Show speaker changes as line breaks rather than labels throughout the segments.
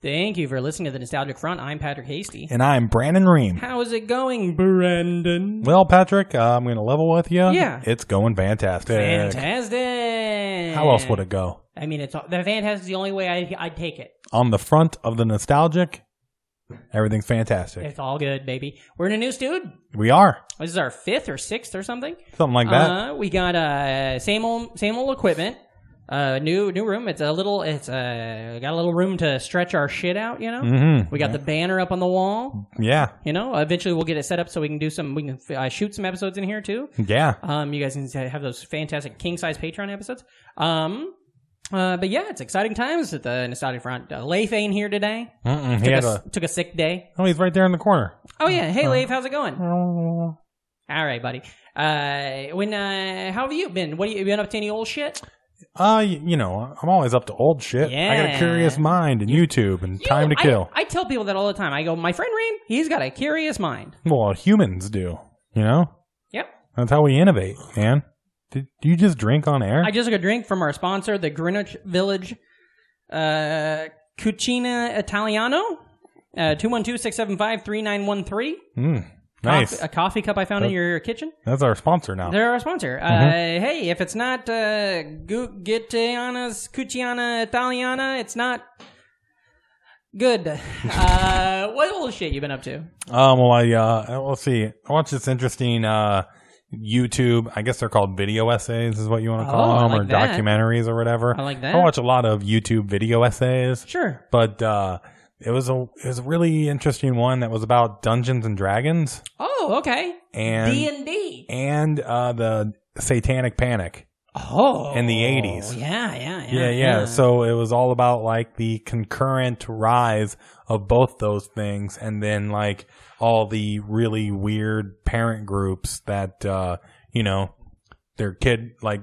Thank you for listening to the Nostalgic Front. I'm Patrick Hasty.
And I'm Brandon Ream.
How's it going, Brandon?
Well, Patrick, uh, I'm going to level with you.
Yeah.
It's going fantastic.
Fantastic.
How else would it go?
I mean, it's the fantastic is the only way I, I'd take it.
On the front of the nostalgic, everything's fantastic.
It's all good, baby. We're in a new studio.
We are.
This is our fifth or sixth or something.
Something like that.
Uh, we got uh same old same old equipment. Uh, new new room. It's a little. It's uh we got a little room to stretch our shit out. You know.
Mhm.
We got the banner up on the wall.
yeah.
You know. Eventually, we'll get it set up so we can do some. We can uh, shoot some episodes in here too.
Yeah.
Um, you guys can have those fantastic king size Patreon episodes. Um, uh, but yeah, it's exciting times at the Nostalgia Front. Uh, Leif ain't here today.
Mm-mm. He
Took
had
a,
a,
took a sick day.
oh, he's right there in the corner. Uh,
Oh yeah, hey Leif, how's it going? All right, buddy. Uh, when uh, how have you been? What have you been up to? Any old shit?
Uh, y- you know, I'm always up to old shit. I got
Yeah.
a curious mind and YouTube and time to
I-
kill.
I, tell people that all the time. I go, my friend Reem, he's got a curious mind.
well, humans do, you know?
Yep.
That's how we innovate, man. Did, do you just drink on air?
I just took a drink from our sponsor, the Greenwich Village uh, Cucina Italiano. Uh, 212-675-3913.
Mm, nice. Oh.
Coffee- a coffee cup I found in
That-
your kitchen.
That's our sponsor now.
They're our sponsor. Uh,
Mm-hmm.
hey, if it's not uh, Gu- Gittiana's Cuciana Italiana, it's not good. Uh, what old shit you been up to?
Um, well, I, uh, let's see. I watched this interesting, uh, YouTube. I guess they're called video essays, is what you want to call
Oh, I
them,
like
or
that.
documentaries or whatever.
I like that.
I watch a lot of YouTube video essays,
Sure.
but, uh, it was a it was a really interesting one that was about Dungeons and Dragons
Oh, okay.
and
D and D.
and uh, the Satanic Panic.
Oh,
in the 80s.
Yeah, yeah, Hmm. yeah,
Yeah, yeah, So it was all about like the concurrent rise of both those things and then like all the really weird parent groups that uh, you know, their kid like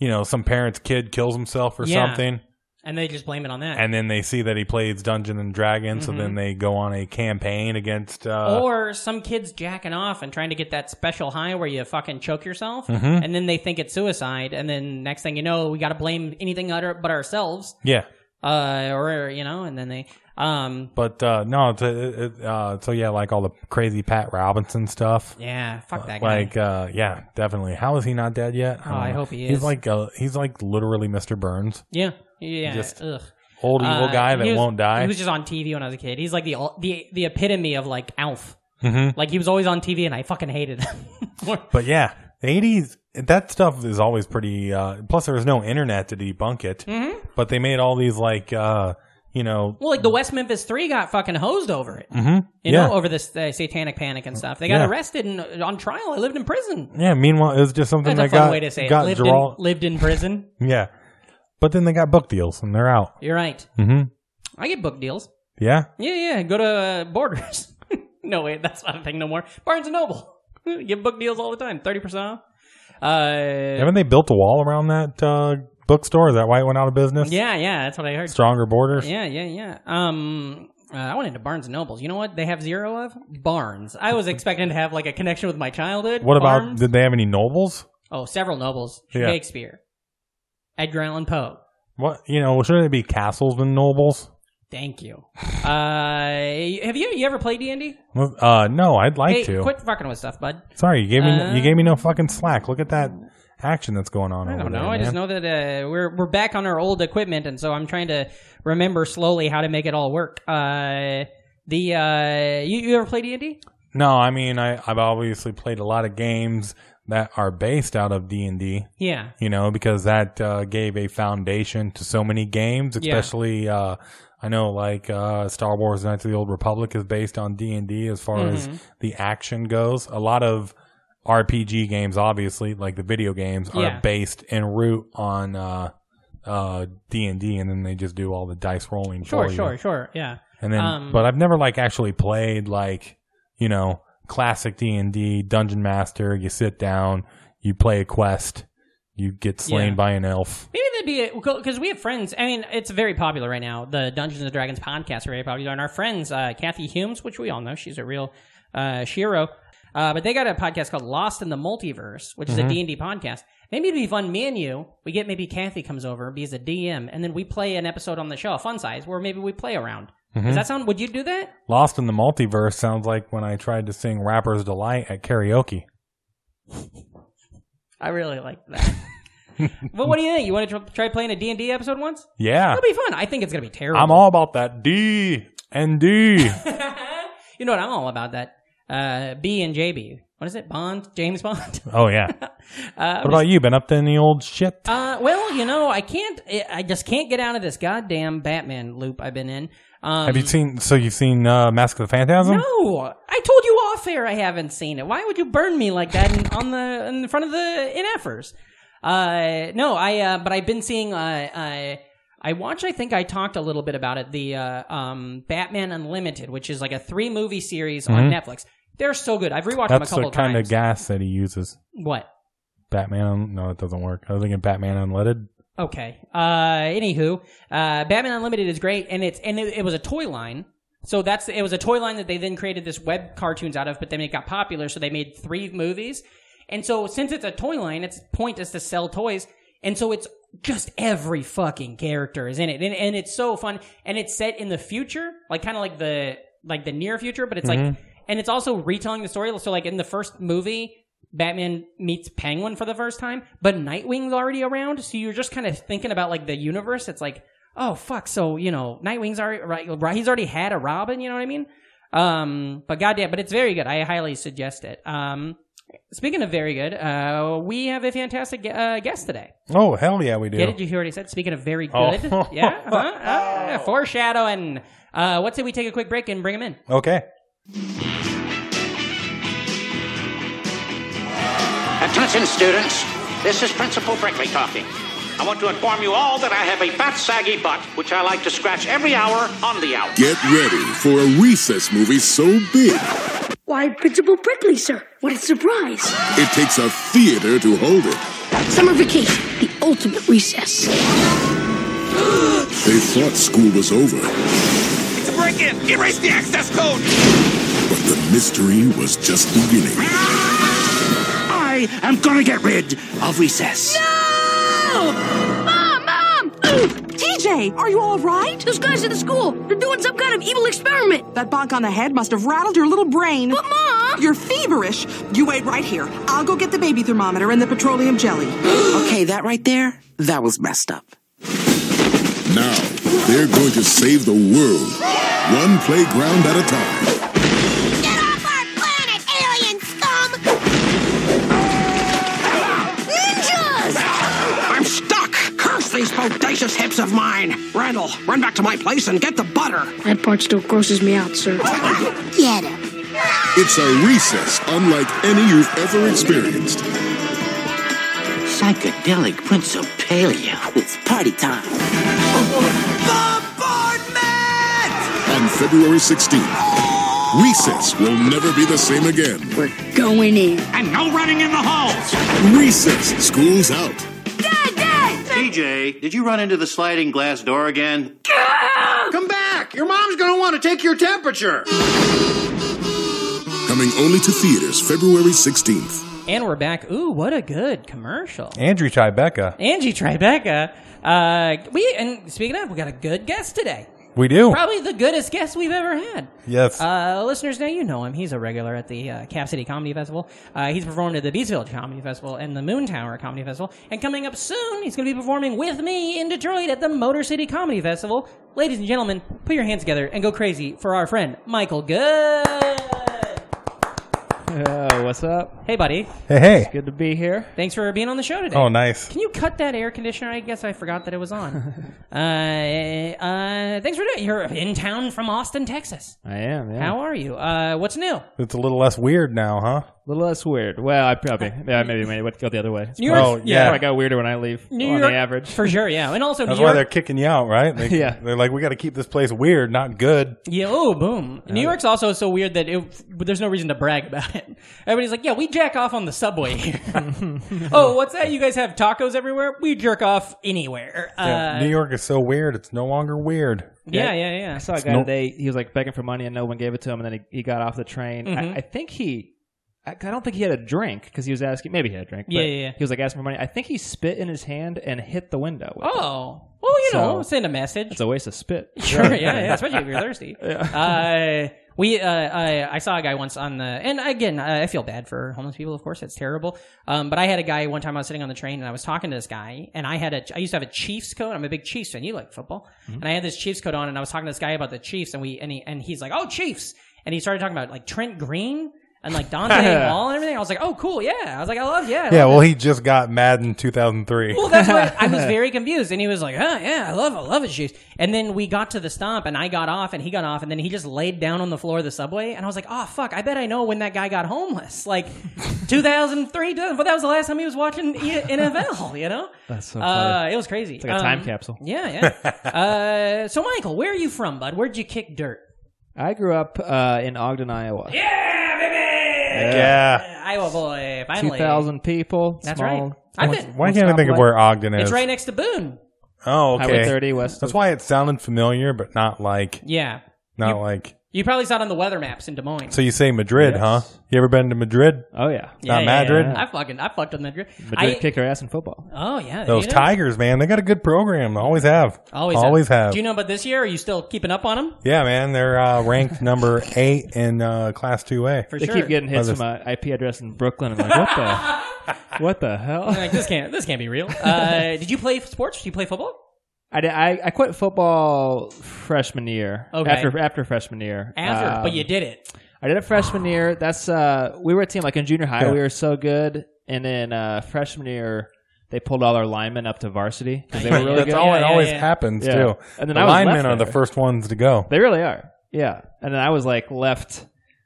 you know, some parent's kid kills himself or
Yeah.
something
and they just blame it on that.
and then they see that he plays Dungeon and Dragons so then they go on a campaign against uh
Mm-hmm. or some kids jacking off and trying to get that special high where you fucking choke yourself,
Mhm.
and then they think it's suicide, and then next thing you know, we got to blame anything other but ourselves,
yeah.
uh, or you know, and then they, um,
But uh no, it's a, it, uh so yeah, like all the crazy Pat Robinson stuff.
yeah, fuck that guy.
Like, uh, yeah, definitely. How is he not dead yet?
Oh, I
don't know.
hope he is.
He's like, uh, he's like literally Mr. Burns,
yeah, yeah,
just
ugh.
old evil
Uh,
guy that
he was-
won't die.
He was just on TV when I was a kid. He's like the ul- the the epitome of like Alf.
Mhm.
Like he was always on TV, and I fucking hated him.
But yeah, the eighties, that stuff is always pretty. Uh, plus, there was no internet to debunk it.
Mm-hmm.
But they made all these like, uh, you know,
Well, like the West Memphis Three got fucking hosed over it.
mhm,
You
yeah,
know, over this uh, satanic panic and stuff. They got
Yeah.
arrested and uh, on trial. I lived in prison.
yeah. Meanwhile, it was just something
That's a
that
fun
got
way to say it.
got
Lived,
draw-
in, lived in prison.
yeah. But then they got book deals and they're out.
You're right.
hmm
I get book deals.
Yeah,
Yeah, yeah. Go to uh, Borders. no, wait, that's not a thing no more. Barnes and Noble. Give book deals all the time. Thirty percent off. Uh,
haven't they built a wall around that uh, bookstore? Is that why it went out of business?
yeah, yeah. That's what I heard.
stronger borders.
Yeah, yeah, yeah. Um, uh, I went into Barnes and Nobles. You know what they have zero of? Barnes. I was expecting to have like a connection with my childhood.
What about?
Barnes.
Did they have any nobles?
Oh, several nobles.
Yeah.
Shakespeare, Edgar Allan Poe.
What you know? Shouldn't it be castles and nobles?
Thank you. Uh, have you you ever played D and D?
Well, Uh, no, I'd like
Hey,
to.
quit fucking with stuff, bud.
Sorry, you gave me
Uh,
you gave me no fucking slack. Look at that action that's going on.
I
over
don't
there,
know. I just
Oh, man.
know that uh, we're we're back on our old equipment, and so I'm trying to remember slowly how to make it all work. Uh, the uh, you, you ever play D and D?
No, I mean I I've obviously played a lot of games that are based out of D and D.
Yeah.
You know because that uh, gave a foundation to so many games,
Yeah.
especially. Uh, I know, like uh, Star Wars: Knights of the Old Republic is based on D and D as far as
Mhm.
the action goes. A lot of RPG games, obviously, like the video games, are
Yeah.
based en route on uh, uh D and D, and then they just do all the dice rolling.
Sure,
for you.
sure, sure. Yeah.
And then,
Um,
but I've never like actually played like you know classic D and D dungeon master. You sit down, you play a quest, you get slain
Yeah.
by an elf.
Maybe that'd be it because we have friends. I mean, it's very popular right now. The Dungeons and Dragons podcast are very popular, and our friends uh, Kathy Humes, which we all know, she's a real uh, shiro. Uh, but they got a podcast called Lost in the Multiverse, which is a D and D podcast. Maybe it'd be fun. Me and you, we get maybe Kathy comes over, be as a DM, and then we play an episode on the show, a fun size, where maybe we play around. Does that sound? Would you do that?
Lost in the multiverse sounds like when I tried to sing "Rapper's Delight" at karaoke.
I really like that. but what do you think? You want to tr- try playing a D and D episode once?
Yeah,
That'll be fun. I think it's gonna be terrible.
I'm all about that D and D.
you know what? I'm all about that. Uh, B and JB. What is it? Bond? James Bond?
Oh yeah.
Uh,
What about you? Been up to any old shit?
uh, well, you know, I can't. I- I just can't get out of this goddamn Batman loop I've been in. Um,
Have you seen? So you've seen uh, Mask of the Phantasm?
No, I told you off air. I haven't seen it. Why would you burn me like that in, on the in front of the NFers? Uh, no, I. Uh, but I've been seeing. Uh, I I watched. I think I talked a little bit about it. The uh, um, Batman Unlimited, which is like a three movie series on Netflix. They're so good. I've rewatched
Mm-hmm. That's
them a
the
couple
kind
times.
of gas that he uses.
what?
Batman? No, it doesn't work. I was thinking Batman Unleaded.
Okay. Uh, anywho, uh, Batman Unlimited is great, and it's and it, it was a toy line. So that's it was a toy line that they then created this web cartoons out of, but then it got popular, so they made three movies. And so since it's a toy line, its point is to sell toys, and so it's just every fucking character is in it, and, and it's so fun, and it's set in the future, like kind of like the like the near future, but it's like, and it's also retelling the story. So like in the first movie, Batman meets Penguin for the first time, but Nightwing's already around, so you're just kind of thinking about like the universe. It's like, oh fuck, so you know, Nightwing's already right, right- he's already had a Robin, you know what I mean? Um, but goddamn, but it's very good. I highly suggest it. Um, speaking of very good, uh, we have a fantastic gu- uh, guest today.
Oh hell yeah, we do.
Yeah, did you hear what he said? Speaking of very
Oh.
good, yeah, huh? Uh, foreshadowing. Uh, what say we take a quick break and bring him in?
Okay.
Attention, students. This is Principal Brickley talking. I want to inform you all that I have a bat saggy butt, which I like to scratch every hour on the hour.
Get ready for a recess movie so big,
Why, Principal Brickley, sir. What a surprise.
it takes a theater to hold it.
Summer vacation, the ultimate recess.
They thought school was over, but
It's a break-in! Erase the access code!
the mystery was just beginning.
I am gonna get rid of recess.
Mom, Mom!
TJ, are you all right?
Those guys at the school, they're doing some kind of evil experiment.
That bonk on the head must have rattled your little brain.
But, Mom!
You're feverish. You wait right here. I'll go get the baby thermometer and the petroleum jelly. okay, that right there, that was messed up.
Now, they're going to save the world, one playground at a time.
Get off our planet, alien scum! Ninjas!
I'm stuck! Curse these bodacious hips of mine! Randall, run back to my place and get the butter!
That part still grosses me out, sir. Get him.
It's a recess unlike any you've ever experienced.
Psychedelic Principalia. It's party time.
On February 16th, recess will never be the same again.
We're going in.
And no running in the halls!
Recess, school's out.
Dad, Dad!
TJ, did you run into the sliding glass door again?
Come back! Your mom's gonna want to take your temperature!
Coming only to theaters February 16th.
And we're back. Ooh, what a good commercial.
Andrew Tribeca.
Angie Tribeca. Uh, we and speaking of, we got a good guest today.
We do.
Probably the goodest guest we've ever had.
Yes.
Uh, listeners, now you know him. He's a regular at the uh, Cap City Comedy Festival. Uh, he's performed at the Beach Village Comedy Festival and the Moon Tower Comedy Festival. And coming up soon, he's going to be performing with me in Detroit at the Motor City Comedy Festival. Ladies and gentlemen, put your hands together and go crazy for our friend Michael Good.
Yo, what's up?
Hey, buddy.
hey hey.
Good to be here.
Thanks for being on the show today.
Oh nice.
Can you cut that air conditioner? I guess I forgot that it was on. uh, uh, thanks for doing. it. You're in town from Austin, Texas.
I am. Yeah.
How are you? Uh, what's new?
It's a little less weird now, huh?
little less weird. Well, I probably yeah maybe maybe would go the other way.
New York-
Oh, yeah.
I got weirder when I leave.
New
on
York
the average.
for sure. Yeah, and also
That's
New
why they're
York.
kicking you out, right? They,
Yeah.
They're like, we got to keep this place weird, not good.
Yeah. Oh, boom. New York's also so weird that it, there's no reason to brag about it. Everybody's like, "Yeah, we jack off on the subway here." oh, what's that? You guys have tacos everywhere? We jerk off anywhere. Uh,
New York is so weird, it's no longer weird.
yeah, yeah, yeah.
I saw a guy
no-
today. He was like begging for money, and no one gave it to him. And then he, he got off the train. I, I think he. I I don't think he had a drink because he was asking. Maybe he had a drink. but
Yeah, yeah, yeah.
He was like asking for money. I think he spit in his hand and hit the window. with it.
Oh, well, you know,
So-
send a message.
it's a waste of spit.
Sure, yeah, yeah, especially if you're thirsty. Uh, we, uh, I, I saw a guy once on the, and again, I I feel bad for homeless people. Of course, that's terrible. Um, but I had a guy one time. I was sitting on the train and I was talking to this guy, and I had a, I used to have a Chiefs coat. I'm a big Chiefs fan. You like football, and I had this Chiefs coat on, and I was talking to this guy about the Chiefs, and we, and he, and he's like, oh, Chiefs, and he started talking about like Trent Green. And like Dante Hall and everything, I was like, "Oh, cool, yeah." I was like, "I love, yeah." I
Yeah,
love
well, he just got mad in 2003.
well, that's what I was very confused, and he was like, "Huh, yeah, I love, I love his shoes." And then we got to the stop, and I got off, and he got off, and then he just laid down on the floor of the subway, and I was like, "Oh fuck, I bet I know when that guy got homeless, like 2003, but that was the last time he was watching E- NFL, you know." That's
so
Uh,
funny.
it was crazy. It's
like a time capsule.
Yeah, yeah. uh, so, Michael, where are you from, bud? Where'd you kick dirt?
I grew up uh, in Ogden, Iowa. Yeah,
yeah.
Iowa boy,
two
finally.
thousand people.
That's
small.
right. I bet
Why can't I think of where Ogden is?
it's right next to Boone.
Oh, okay.
Highway 30 west.
That's
of-
why it sounded familiar, but not like,
Yeah,
not like.
you probably saw it on the weather maps in Des Moines.
So you say Madrid,
Yes.
huh? You ever been to Madrid?
Oh yeah,
Not Madrid?
I fucking I fucked with Madrid.
Madrid
I-
kicked our ass in football.
Oh yeah,
Those
you know,
Tigers, man, they got a good program. They Always have.
always
have.
Do you know about this year? Are you still keeping up on them?
Yeah, man, they're uh, ranked number eight in uh, Class 2A.
For
They
sure.
keep getting hits
Others.
from an IP address in Brooklyn. I'm like, what the, what the hell?
like this can't this can't be real. Uh, did you play sports? Did you play football?
I, did- I, I quit football freshman year.
Okay.
After after freshman year.
After,
Um,
but you did it.
I did it freshman year. That's uh, we were a team like in junior high. We were so good, and then uh, freshman year they pulled all our linemen up to varsity because they were really
That's
good.
all
Yeah,
it
yeah,
always
yeah.
happens,
Yeah.
too.
And then
the
I was left
linemen are the
there.
first ones to go.
They really are. Yeah. And then I was like left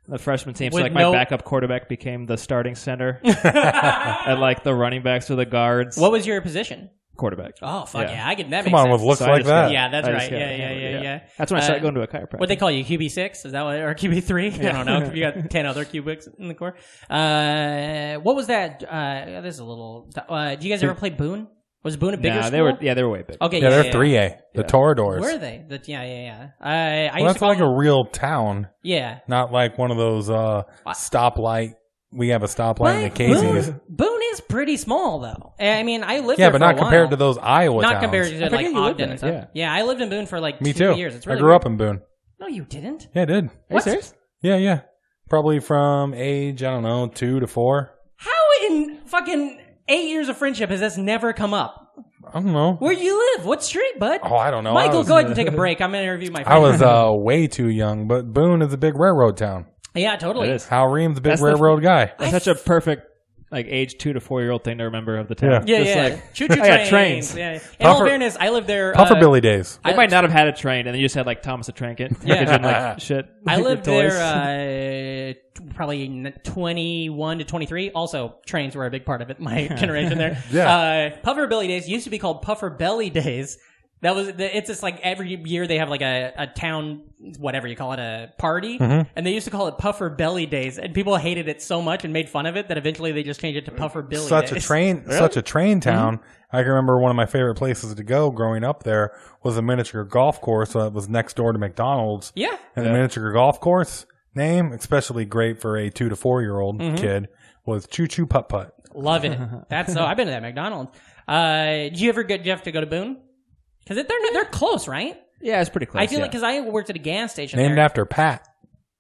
the freshman team.
With
so like
no-
my backup quarterback became the starting center. and like the running backs were the guards.
What was your position?
quarterback?
Oh fuck yeah,
Yeah.
I can. That
Come
makes
on,
sense.
with looks
So I
like
just got-
that.
yeah, that's
I just
right.
got
Yeah, yeah,
handled,
yeah,
yeah.
yeah. Uh,
That's when I started going to a
What they
chiropractor.
call you QB six? Is that what or QB three? I don't know. You got ten other QBs in the core. Uh, what was that? Uh, this is a little. Uh, do you guys ever play Boone? Was Boone a bigger
Nah,
school?
they were yeah, they were way big.
Okay,
Yeah, they're
yeah,
3A, the Toradors.
Were they? The, yeah, yeah, yeah. I, I
Well,
used to
that's
call
like
them-
a real town,
yeah.
not like one of those uh, stoplight. We have a stoplight in the
Like, Boone,
Casey's.
Boone is pretty small though. I mean, I lived
Yeah,
there
but
for a
not compared
while.
to those Iowa
Not
towns.
compared to
forget
like
you lived
Ogden and
there,
stuff. Yeah. I lived in Boone for like
Me
two
too.
years. It's really
I grew
weird.
up in Boone.
No, you didn't.
Yeah, I did.
Are you serious?
Yeah, yeah. Probably from age, I don't know, two to four.
How in fucking eight years of friendship has this never come up?
I don't know.
Where do you live? What street, bud?
Oh, I don't know. I
Michael,
was,
go ahead and take a break. I'm gonna interview my friend.
I was uh, way too young, but Boone is a big railroad town.
yeah, totally.
It is.
Hal Ream's a big
That's the-
railroad guy.
That's such a perfect like age two to four year old thing to remember of the town.
Yeah,
Just
yeah.
like
Choo choo
I
trains.
got trains.
Yeah. In all
Puffer-
fairness, I lived there. uh,
Pufferbilly days.
I might not have had a train, and then you just had like Thomas the Train kit.
Yeah.
package and, like shit.
I
Your
lived
toys.
there uh, t- probably n- 21 to 23. Also, trains were a big part of it, my generation there. yeah. Uh, Puffer Belly Days used to be called Puffer Belly Days. That was, the- it's just like every year they have like a, a town, whatever you call it, a party.
Mm-hmm.
And they used to call it Puffer Belly Days. And people hated it so much and made fun of it that eventually they just changed it to Puffer Billy
such a
Days.
train such a train
Mm-hmm.
town. I can remember one of my favorite places to go growing up there was a miniature golf course that was next door to McDonald's.
Yeah.
And the miniature golf course name, especially great for a two to four year old
Mm-hmm.
kid, was Choo Choo Putt Putt.
Love it. That's so, I've been to that McDonald's. Uh, do you ever get, do you have to go to Boone? Cause they're, they're close, right?
Yeah, it's pretty close.
I feel
yeah.
like because I worked at a gas station.
Named
there.
after Pat.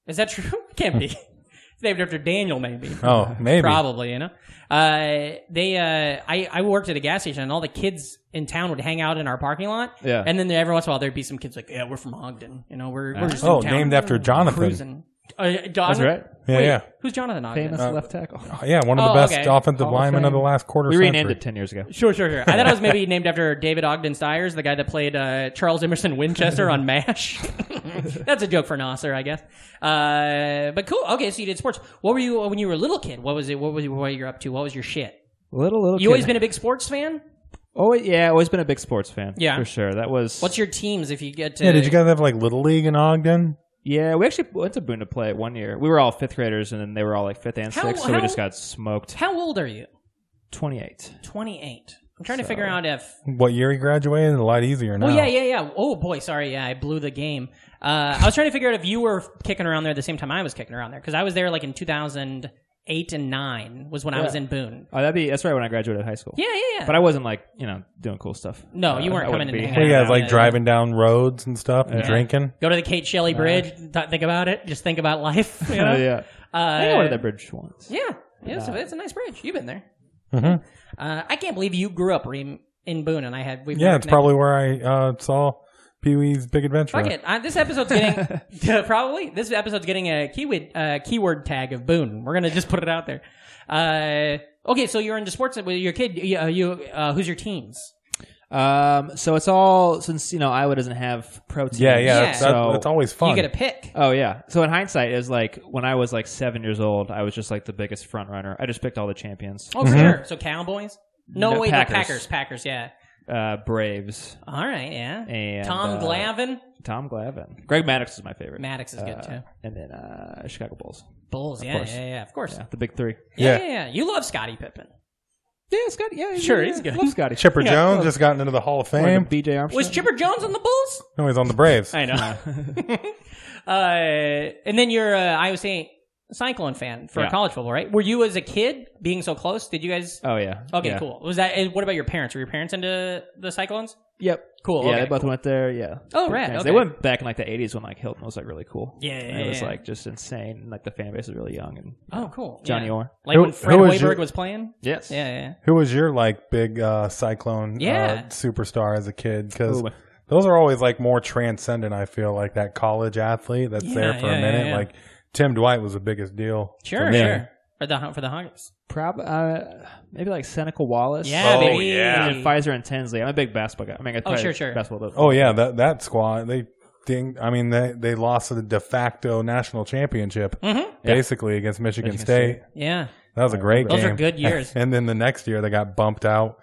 Is that true? Can't be. It's named after Daniel, maybe.
Oh, maybe.
Probably, you know. Uh, they, uh, I, I worked at a gas station, and all the kids in town would hang out in our parking lot.
Yeah.
And then there- every once in a while, there'd be some kids like, "Yeah, we're from Ogden. You know, we're, we're just
Oh,
in town
named after Jonathan.
cruising." Uh, Jonathan.
that's right.
Yeah, yeah.
Who's Jonathan Ogden?
Famous left tackle.
Yeah, one of
Oh,
the best
okay.
offensive
Hall of
linemen of the
Fame.
last quarter
We
century.
renamed it ten years ago.
Sure, sure, sure. I thought it was maybe named after David Ogden Stiers, the guy that played uh, Charles Emerson Winchester on MASH. That's a joke for Nasser, I guess. Uh, but cool. Okay, so you did sports. What were you uh, when you were a little kid? What was it? What was what you're up to? What was your shit?
Little little.
You always been a big sports fan.
Oh yeah, always been a big sports fan.
Yeah.
for sure. That was.
What's your teams if you get to?
Yeah, did you guys have like Little League in Ogden?
yeah, we actually went to Boone to play it one year. We were all fifth graders, and then they were all like fifth and
How-
sixth, so
how-
we just got smoked.
How old are you?
Twenty eight.
28. I'm trying to figure out if.
What year he graduated? A lot easier now.
Well, yeah, yeah, yeah. Oh boy, sorry. Yeah, I blew the game. Uh, I was trying to figure out if you were kicking around there the same time I was kicking around there because I was there like in 2008 and nine was when I was in Boone.
Oh, that'd be that's right when I graduated high school.
Yeah, yeah, yeah.
But I wasn't like you know doing cool stuff.
No, you weren't
I wouldn't
coming in
be-
and
What, you guys like
Yeah.
driving down roads and stuff and
Yeah.
drinking?
Go to the Kate Shelley Bridge. th- think about it. Just think about life. You know?
Uh, Oh, yeah.
Uh,
I think I went to that bridge once.
Yeah, yeah. It's, a, it's a nice bridge. You've been there.
Mhm.
Uh, I can't believe you grew up Reem, in Boone, and I had. We've
Yeah,
never
it's
connected.
probably where I uh, saw Pee Wee's Big Adventure.
Fuck it. Uh, this episode's getting probably this episode's getting a keyword uh, keyword tag of Boone. We're gonna just put it out there. Uh, okay, so you're into sports with your kid. You, uh, you uh, who's your teams?
Um, so it's all since you know Iowa doesn't have protein.
Yeah, yeah, That's,
So
that's, that's always fun.
You get a pick.
oh yeah. So in hindsight, is like when I was like seven years old, I was just like the biggest front runner. I just picked all the champions.
Oh, for sure. So Cowboys. No,
No,
way.
Packers.
The Packers. Packers. Yeah.
Uh, Braves
All right. Yeah.
and
Tom
uh,
Glavin.
Tom Glavin. Greg Maddox is my favorite.
Maddox is good
Uh,
too.
And then uh, Chicago Bulls.
Bulls. Yeah,
course.
yeah. Yeah. Of course.
Yeah, the big three.
Yeah.
Yeah.
yeah. yeah. You love Scottie Pippen.
Yeah, Scotty. Yeah,
Sure, he's good.
Love Scotty.
Chipper
Yeah,
Jones
love-
just gotten into the Hall of
Wanted
Fame.
to BJ Armstrong.
Was Chipper Jones on the Bulls?
No, he's on the Braves.
I know. uh, and then you're a Iowa State Cyclone fan for
Yeah.
college football, right? Were you as a kid being so close? Did you guys?
oh yeah.
okay,
Yeah.
cool. Was that? and What about your parents? Were your parents into the Cyclones?
Yep.
Cool.
Yeah,
okay,
they both
cool.
went there. Yeah.
Oh,
Big
rad,
things.
okay.
They went back in like the '80s when like Hilton was like really cool.
Yeah,
And
yeah,
it was
yeah.
like just insane. and, Like the fan base was really young and.
Oh, cool.
Johnny
yeah.
Orr.
Like
Who-
when Fred
who
Hoiberg
was your-
was playing.
Yes.
Yeah, yeah.
Who was your like big uh, Cyclone
Yeah.
uh, superstar as a kid? Because
Ooh.
those are always like more transcendent. I feel like that college athlete that's there
Yeah,
for
yeah,
a
yeah,
minute.
yeah.
Like Tim Dwight was the biggest deal.
Sure,
for me.
sure. For the for the Hoggers.
Prob uh, maybe like Seneca Wallace.
Yeah,
Oh,
baby.
yeah.
And then Pfizer and Tinsley. I'm a big basketball guy. I mean, I play
sure, sure.
Basketball.
Oh yeah, that that squad they ding. I mean they they lost the de facto national championship
Mm-hmm.
basically against Michigan, State.
Yeah.
That was a great
Those are
game.
good years.
and then the next year they got bumped out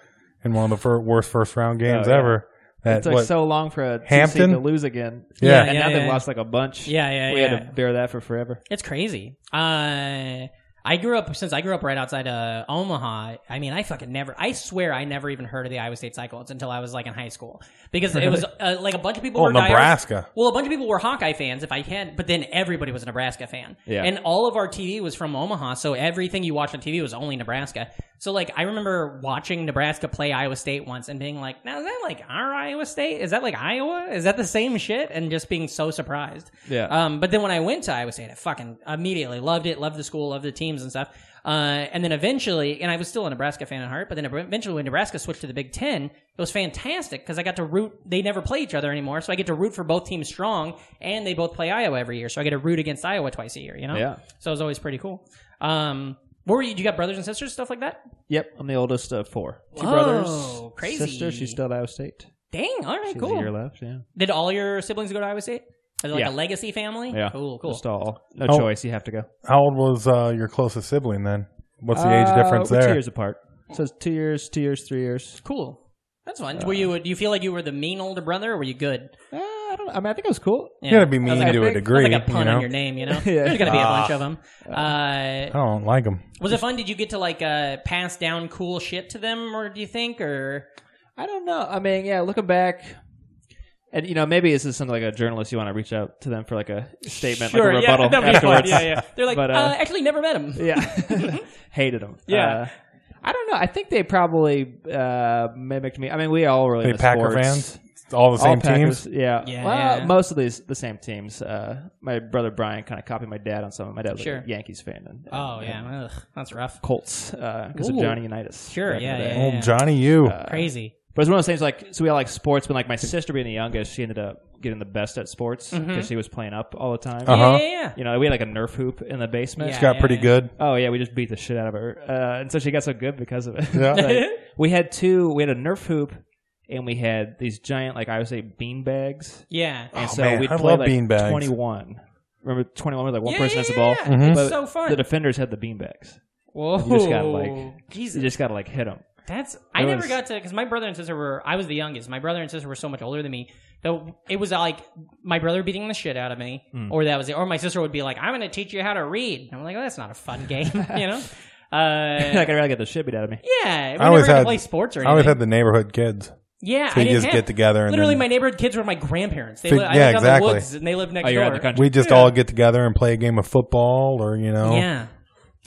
in one of the fir- worst first round games
Oh, yeah.
ever. That
It took
what-
so long for a two seed
Hampton?
to lose again.
Yeah.
and
Yeah,
now
yeah,
they've
yeah.
lost like a bunch.
Yeah, yeah,
We
yeah.
had to bear that for forever.
It's crazy. Uh, I grew up since I grew up right outside uh, Omaha. I mean, I fucking never. I swear, I never even heard of the Iowa State Cyclones until I was like in high school because it was uh, like a bunch of people.
Oh,
were diehard-
Nebraska.
well, a bunch of people were Hawkeye fans, if I can, but then everybody was a Nebraska fan.
Yeah.
And all of our TV was from Omaha, so everything you watched on TV was only Nebraska. So, like, I remember watching Nebraska play Iowa State once and being like, now is that like our Iowa State? Is that like Iowa? Is that the same shit? And just being so surprised.
Yeah.
Um, but then when I went to Iowa State, I fucking immediately loved it, loved the school, loved the teams and stuff. Uh, and then eventually, and I was still a Nebraska fan at heart, but then eventually when Nebraska switched to the Big Ten, it was fantastic because I got to root, they never play each other anymore, so I get to root for both teams strong, and they both play Iowa every year, so I get to root against Iowa twice a year, you know?
Yeah.
So it was always pretty cool. Um, where were you? You got brothers and sisters, stuff like that?
Yep, I'm the oldest of four. Two
Whoa,
brothers,
crazy.
sister. She's still at Iowa State.
Dang, all right,
She's a year
cool.
left. Yeah.
Did all your siblings go to Iowa State? Are they like a
Yeah.
legacy family?
Yeah.
Cool, cool.
Just all, no
Oh.
choice. You have to go.
How old was uh, your closest sibling then? What's the age
Uh,
difference
we're Two
there?
years apart. So it's two years, two years, three years.
Cool. That's fun. were you? Do you feel like you were the mean older brother, or were you good?
Uh, I don't. know. I mean, I think it was cool.
Yeah.
You gotta be mean
like a
to a
big-
degree.
That's like a pun
you know?
on your name, you know.
Yeah.
There's gonna be a bunch of them.
I
Uh,
don't like them.
was it fun? Did you get to like uh, pass down cool shit to them, or do you think? Or
I don't know. I mean, yeah, looking back, and you know, maybe this is something like a journalist. You want to reach out to them for like a statement, like a rebuttal
that'd be fun.
afterwards.
Yeah, yeah. They're like,
But,
uh,
uh,
actually, never met him.
Yeah. hated them.
Yeah.
Uh, I don't know. I think they probably uh, mimicked me. I mean, we all really
They
into
Packer
sports.
fans? All the
All
same
Packers,
teams?
Yeah.
Yeah.
Well, most of these the same teams. Uh, my brother Brian kind of copied my dad on some. of My dad was
Sure.
a Yankees fan. And,
Oh
and
yeah, Ugh, that's rough.
Colts because
Ooh.
of Johnny Unitas.
Sure,
back in
yeah,
the day.
yeah, Uh, yeah.
Old Oh, Johnny U.
Crazy.
But it's one of those things like so we all like sports, but like my sister being the youngest, she ended up getting the best at sports
Mm-hmm.
because she was playing up all the time.
Uh-huh.
Yeah, yeah, yeah.
You know, we had like a Nerf hoop in the basement.
Yeah.
Got pretty good.
Oh yeah, we just beat the shit out of her, uh, and so she got so good because of it.
Yeah.
Like, we had two. We had a Nerf hoop and we had these giant, like I would say, bean bags.
Yeah.
And
Oh,
so
man,
we'd
I
play
love
like
bean bags.
21. Remember 21 was like one
Yeah,
person
yeah,
has the
yeah,
ball.
yeah. Mhm. It's
But
so fun.
The defenders had the bean bags.
Whoa.
You just gotta like,
Jesus.
you just gotta like hit them.
That's I
It
never
was-
got to because my brother and sister were I was the youngest. My brother and sister were so much older than me. Though it was like my brother beating the shit out of me,
Mm.
or that was it. Or my sister would be like, "I'm going to teach you how to read." And I'm like, well, "That's not a fun game," you know. Uh,
like I really get the shit beat out of me.
yeah, we
I always
never had to
had
play sports or
I always
anything.
had the neighborhood kids.
yeah,
So
I
you
didn't
just
have-
get together and
literally
then-
my neighborhood kids were my grandparents. They
Fi-
li- I lived
yeah,
out in
exactly.
the woods and they lived next
Oh, you're out
door.
in the country.
We just all get together and play a game of football, or you know,
yeah,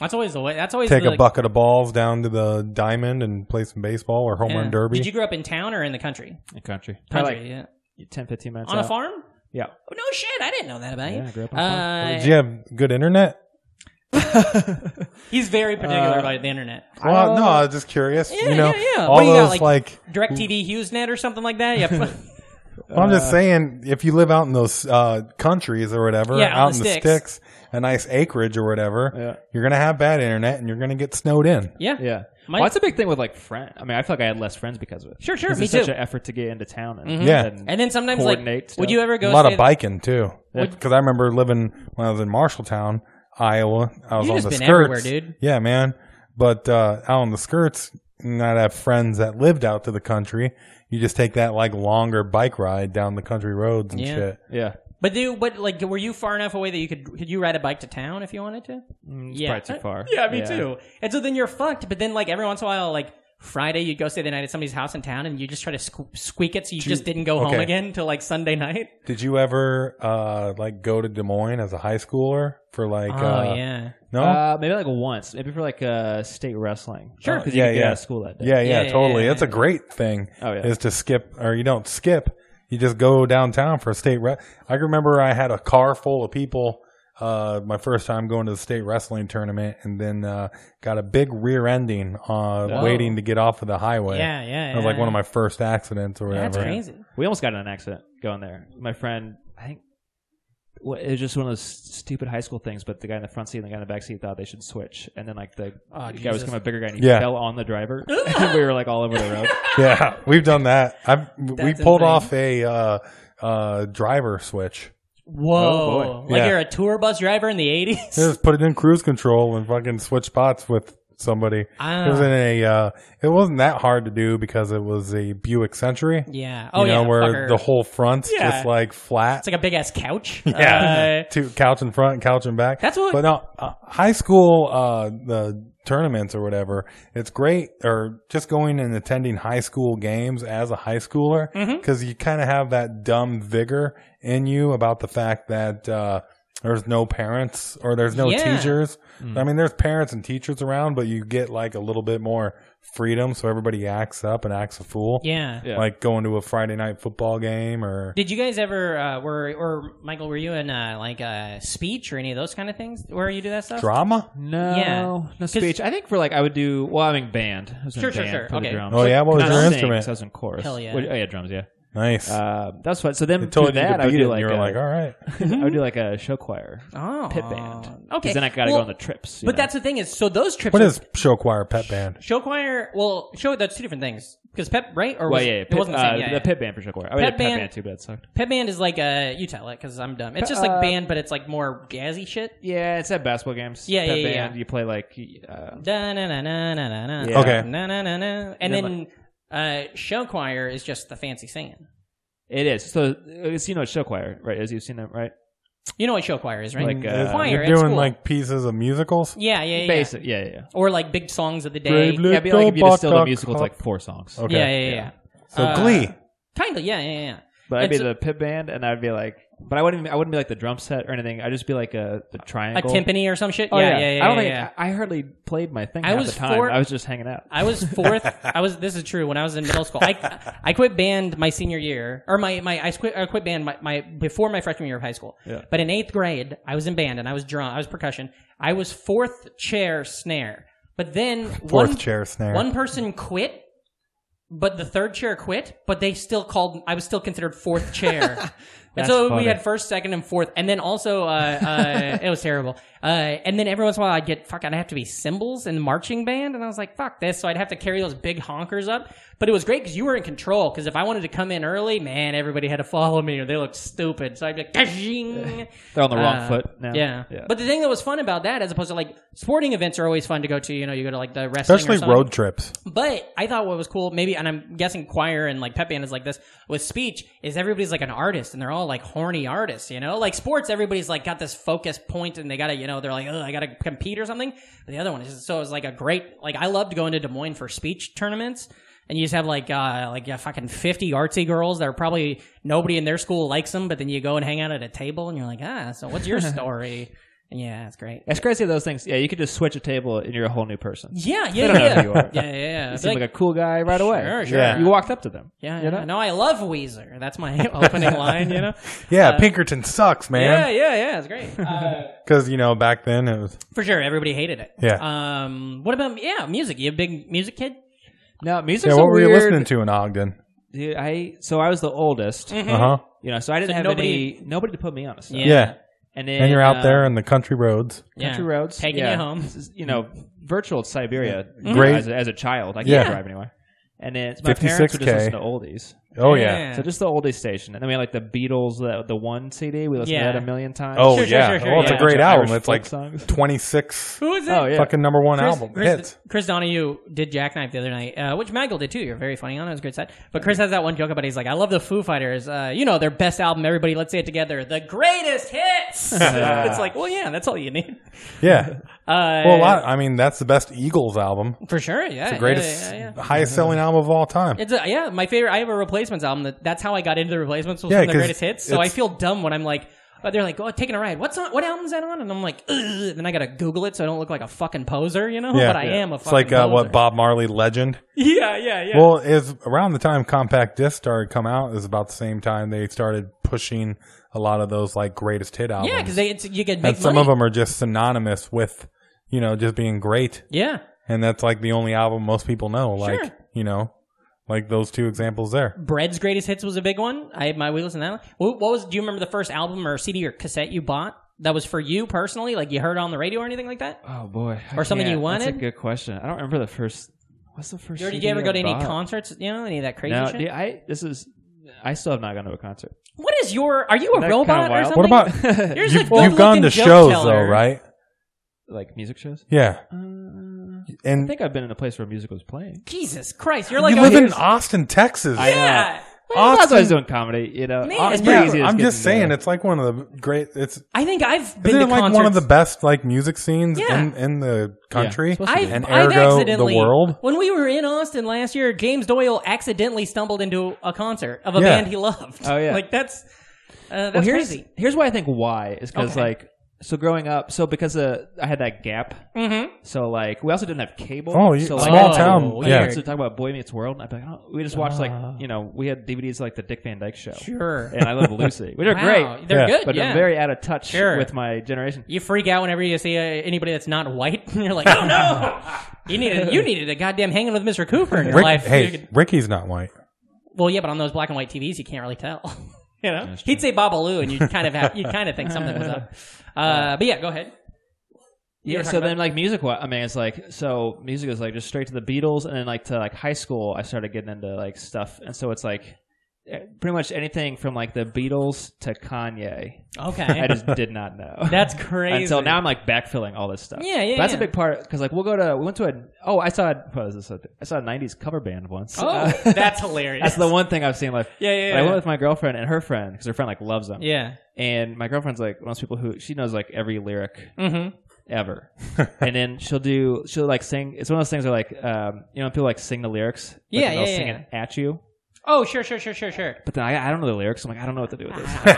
that's always the way. That's always
take
the,
a bucket of balls down to the diamond and play some baseball or home
yeah.
run derby.
Did you grow up in town or in the country?
In country. Probably
Country, yeah.
like 10, 15 minutes
On a
out.
farm?
Yeah.
Oh, no shit, I didn't know that about you.
Yeah, I grew up on a farm.
uh,
Did you have good internet?
He's very particular
Uh,
about the internet.
Well, no, I was just curious.
Yeah,
you know,
yeah, yeah.
all
What do you got, like-
those like
DirecTV HughesNet or something like that. Yeah.
Well, I'm
Uh,
just saying, if you live out in those uh, countries or whatever,
Yeah, out in
out
the
in the
sticks.
sticks. a nice acreage or whatever,
Yeah.
you're gonna have bad internet and you're gonna get snowed in.
yeah.
Yeah.
My-
well, that's a big thing with like friend. I mean, I feel like I had less friends because of it.
Sure, sure,
'Cause
me
it's
too.
such an effort to get into town and,
Mm-hmm. Yeah.
And then sometimes, like,
coordinate
would
stuff.
you ever
A
go?
lot
say
of biking too,
Yeah.
because I remember living when I was in Marshalltown, Iowa. I was
You've
on
just
the
been
skirts,
everywhere, dude.
Yeah, man. But uh, out on the skirts, and I'd have friends that lived out to the country. You just take that like longer bike ride down the country roads and
Yeah.
shit.
Yeah.
But do but like, were you far enough away that you could could you ride a bike to town if you wanted to?
Mm, it's
Yeah.
Probably too far.
Yeah, me too. And so then you're fucked. But then like every once in a while, like Friday, you'd go stay the night at somebody's house in town, and you just try to sque- squeak it so you just didn't go home
okay.
again till like Sunday night.
Did you ever uh, like go to Des Moines as a high schooler for like?
oh
uh,
yeah.
No.
Uh, maybe like once, maybe for like uh, state wrestling.
Sure.
because you
Yeah,
could get
yeah.
out of school that day.
Yeah, yeah,
Yeah, yeah,
totally.
yeah,
That's
yeah.
a great thing.
Oh, yeah.
Is to skip or you don't skip. You just go downtown for a state re- I remember I had a car full of people uh my first time going to the state wrestling tournament and then uh got a big rear ending uh
Whoa.
waiting to get off of the highway.
Yeah, yeah.
That was like
yeah.
one of my first accidents or whatever.
That's crazy.
We almost got in an accident going there. My friend, I think what, it was just one of those stupid high school things. But the guy in the front seat and the guy in the back seat thought they should switch, and then like the guy was
Jesus.
become a bigger guy and he
Yeah.
fell on the driver, and we were like all over the road.
Yeah, we've done that. I've we
That's insane.
pulled off a uh uh driver switch.
Whoa!
Oh,
boy.
like
Yeah.
you're a tour bus driver in the '80s.
Just put it in cruise control and fucking switch spots with somebody.
Ah.
It was in a. Uh, it wasn't that hard to do because it was a Buick Century.
Yeah.
You
Oh
know
yeah.
where
fucker.
the whole front's
Yeah.
just like flat.
It's like a big ass couch.
yeah,
Uh,
two couch in front, and couch in back.
That's what-
But no, uh, high school, uh, the tournaments or whatever. It's great, or just going and attending high school games as a high schooler
Mm-hmm.
because you kind of have that dumb vigor in you about the fact that uh, there's no parents or there's no
Yeah.
teachers. I mean, there's parents and teachers around, but you get like a little bit more freedom, so everybody acts up and acts a fool.
yeah.
Yeah.
Like going to a Friday night football game or
Did you guys ever uh, were or Michael? Were you in uh, like uh, speech or any of those kind of things where you do that stuff?
drama.
No,
Yeah.
no speech. I think for like I would do. Well, I mean band. I was in
Sure, sure,
band,
sure.
play the
Okay.
drums.
Oh, yeah? What was
Not
your
sing,
instrument?
so I was in chorus.
Hell, yeah.
Well, oh yeah, drums. Yeah.
Nice.
Uh, that's what. So then
They told
through
you
that,
to
I would
beat
do
it,
like
and you were
a-
like, all right.
I would do like a show choir,
Oh,
pit band. 'Cause
Okay,
then I got to
Well,
go on the trips. you
But
know?
that's the thing is, so those trips.
What
are-
is show choir pet band?
show choir? Well, show that's two different things because pep right or
well,
was,
yeah, yeah,
it wasn't the same.
uh,
yeah,
the
yeah.
pit band for show choir. I mean,
Pit
pit
band-
band, too, but that sucked.
Pep band is like uh you tell it because I'm dumb. It's just like
Uh,
band, but it's like more jazzy shit.
Yeah, it's at basketball games.
Yeah,
pit
yeah, yeah,
band,
yeah.
You play like uh,
Da na na na na na na.
Yeah.
Okay.
Na na na na. And
then,
then uh, show choir is just the fancy singing.
it is. So it's you know it's show choir, right? As you've seen them, right?
You know what show choir is, right?
Like, uh,
Is-
choir
You're
at
doing
school.
like pieces of musicals.
yeah, yeah, yeah.
Basic. Yeah, yeah. yeah.
Or like big songs of the day.
Brave
Yeah,
little
it'd be like if you distill the
buttercup.
musical, it's like four songs.
Okay.
Yeah, yeah, yeah. yeah.
So
Uh,
Glee.
Kind of, yeah, yeah, yeah.
But I'd be
It's-
the pit band, and I'd be like, but I wouldn't, I wouldn't be like the drum set or anything. I'd just be like a, a
A
triangle,
timpani or some shit.
Oh,
yeah, yeah, yeah.
I don't
yeah,
think
yeah.
I, I hardly played my thing.
I
half
was
the time.
for-
I was just hanging out.
I was fourth. I was. This is true. When I was in middle school, I I quit band my senior year, or my my I quit I quit band my, my before my freshman year of high school.
Yeah.
But in eighth grade, I was in band and I was drum. I was percussion. I was fourth chair snare. But then
Fourth
one,
chair snare.
One person quit, but the third chair quit. But they still called. I was still considered fourth chair. And
That's
so
funny.
we had first, second, and fourth, and then also uh, uh, it was terrible. Uh, and then every once in a while, I'd get fuck, I'd have to be cymbals and marching band, and I was like, fuck this. So I'd have to carry those big honkers up. But it was great because you were in control. Because if I wanted to come in early, man, everybody had to follow me, or they looked stupid. So I'd be like, "Ka-shing."
They're on the wrong
Uh,
foot now.
Yeah.
Yeah.
But the thing that was fun about that, as opposed to like sporting events, are always fun to go to. You know, you go to like the wrestling, or
especially
something.
road trips.
But I thought what was cool, maybe, and I'm guessing choir and like pep band is like this with speech, is everybody's like an artist and they're all like horny artists, you know? Like sports, everybody's like got this focus point and they gotta, you know, they're like, oh, I gotta compete or something. The other one is just, so it was like a great, like I loved going to Des Moines for speech tournaments. And you just have like, uh, like yeah, fucking 50 artsy girls that are probably nobody in their school likes them, but then you go and hang out at a table and you're like, ah, so what's your story? and yeah, that's great.
It's crazy those things. Yeah, you could just switch a table and you're a whole new person.
Yeah,
They
yeah,
don't know
yeah.
who you are.
yeah, yeah, yeah.
You
It's
seem like, a cool guy right away.
Sure, sure.
Yeah.
You walked up to them.
Yeah,
You know?
yeah. No, I love Weezer. That's my opening line. You know.
Yeah,
Uh,
Pinkerton sucks,
Yeah,
man.
yeah, yeah. It's great. Uh,
Because you know back then it was
for sure, everybody hated it.
Yeah.
Um. What about yeah, music? You a big music kid?
No, music's
yeah.
a
What were you
weird-
listening to in Ogden?
Dude, I so I was the oldest.
Uh huh.
You know, so I didn't
Mm. So
have
nobody-
any nobody to put me on to stuff.
Mm-hmm. Yeah.
Yeah.
And then
And you're out
uh,
there in the country roads.
country
Yeah.
roads,
Taking you
yeah.
home.
This is, you know, virtual Siberia. you know,
Great.
as, a, as a child, I can't
Yeah.
drive anywhere. And then it's my parents would just
56K.
listen to oldies.
Oh yeah.
So just the oldies station, and then we had like the Beatles, the, the one CD. We listened
Yeah.
to that a million times.
Oh
Sure, sure,
yeah.
sure, sure,
well, it's
yeah.
a great
Bunch of
album.
Irish
It's
folk
like
songs.
26
Who is it?
Oh yeah,
fucking number one
Chris,
album
Chris,
hits.
Chris Donahue did Jackknife the other night, uh, which Maggle did too. You're very funny on it. It was a great set. But Chris has that one joke about it. he's like, I love the Foo Fighters. Uh, you know, their best album, everybody, let's say it together. The greatest hits. it's like, well, yeah, that's all you need.
Yeah.
Uh,
Well, a lot. I mean, that's the best Eagles album.
for sure. Yeah.
The greatest,
Yeah, yeah, yeah. Mm-hmm.
highest selling album of all time.
It's a, yeah, my favorite. I have a replacements album. That, that's how I got into the replacements was
Yeah,
from the
'cause
greatest hits. So I
it's-
feel dumb when I'm like, but they're like, oh, taking a ride. What's on? What album's that on? And I'm like, Ugh. then I gotta Google it so I don't look like a fucking poser, you know? but I am a
It's
fucking.
like uh, what
poser.
Bob Marley Legend.
Yeah, yeah, yeah.
Well, is around the time compact disc started come out. It was about the same time they started pushing a lot of those like greatest hit albums.
yeah, because they it's, you can make
and some
money.
of them are just synonymous with you know just being great,
Yeah,
and that's like the only album most people know. Like
Sure.
you know, like those two examples there.
Bread's greatest hits was a big one. I had my we listened to that. One. What, what was? Do you remember the first album or CD or cassette you bought that was for you personally? Like you heard on the radio or anything like that?
Oh boy, I
Or something you
can't. That's
wanted?
a good question. I don't remember the first. What's the first?
You already- Did
CD
you ever go to any
bought?
concerts? You know, any of that crazy
No,
shit?
dude, I this is. I still have not gone to a concert.
what is your? Are you a
Isn't that kinda
robot or
wild?
something?
What about
You're just
you,
a good-looking
you've gone to
joke
shows
teller.
though, right?
Like music shows.
Yeah,
Uh, I
and
think I've been in a place where music was playing.
Jesus Christ, you're like
you
a,
live in Austin, Texas.
I know.
yeah.
Well, that's why I was
Austin-
doing comedy. You know,
Man,
Oh, it's
yeah,
pretty
Yeah,
easy.
I'm
get
just
in
saying,
there.
it's like one of the great. It's
I think I've been
Isn't
to
it like
concerts.
one of the best like music scenes
Yeah.
in, in the country
supposed to
I've,
be.
and
I've
ergo the
accidentally-
world?
When we were in Austin last year, James Doyle accidentally stumbled into a concert of a
Yeah.
band he loved.
Oh, yeah.
like that's uh, that's
well, here's
crazy.
here's why I think why is because
Okay.
like so growing up, so because uh, I had that gap.
Mm-hmm.
So like we also didn't have cable.
Oh, you-
so,
small
like,
town,
I
yeah.
used to talk about Boy Meets World, and I'd be like, oh, we just watched like you know we had DVDs like the Dick Van Dyke Show.
Uh-huh. Sure.
And I love Lucy, which are
Wow,
great.
They're
Yeah.
good.
But
yeah.
I'm very out of touch
Sure.
with my generation.
You freak out whenever you see uh, anybody that's not white, and you're like, "Oh no!" you needed you needed a goddamn hanging with Mr. Cooper in your
Rick-
life. You
hey,
could-
Ricky's not white.
well, yeah, but on those black and white TVs, you can't really tell. you know, he'd say Babaloo, and you would kind of have you would kind of think something was up. Uh, but yeah, go ahead. You
Yeah.
were
So
talking
then, like music, wa- I mean, it's like so music is like just straight to the Beatles, and then like to like high school, I started getting into like stuff, and so it's like eh, pretty much anything from like the Beatles to Kanye. I
Okay,
just did not know.
that's crazy.
Until now, I'm like backfilling all this stuff.
Yeah, yeah,
That's a
yeah.
big part because like we'll go to we went to a oh I saw a, what is this I saw a '90s cover band once.
Oh,
Uh,
that's hilarious.
that's the one thing I've seen. Like
Yeah, yeah,
but I
yeah.
went with my girlfriend and her friend because her friend like loves them.
Yeah.
And my girlfriend's like one of those people who she knows like every lyric
Mm-hmm.
ever. and then she'll do she'll like sing. It's one of those things where like um you know people like sing the lyrics. but
Yeah,
then they'll
yeah,
sing
yeah.
it at you.
Oh, sure, sure, sure, sure, sure.
But then I, I don't know the lyrics. I'm like I don't know what to do with this.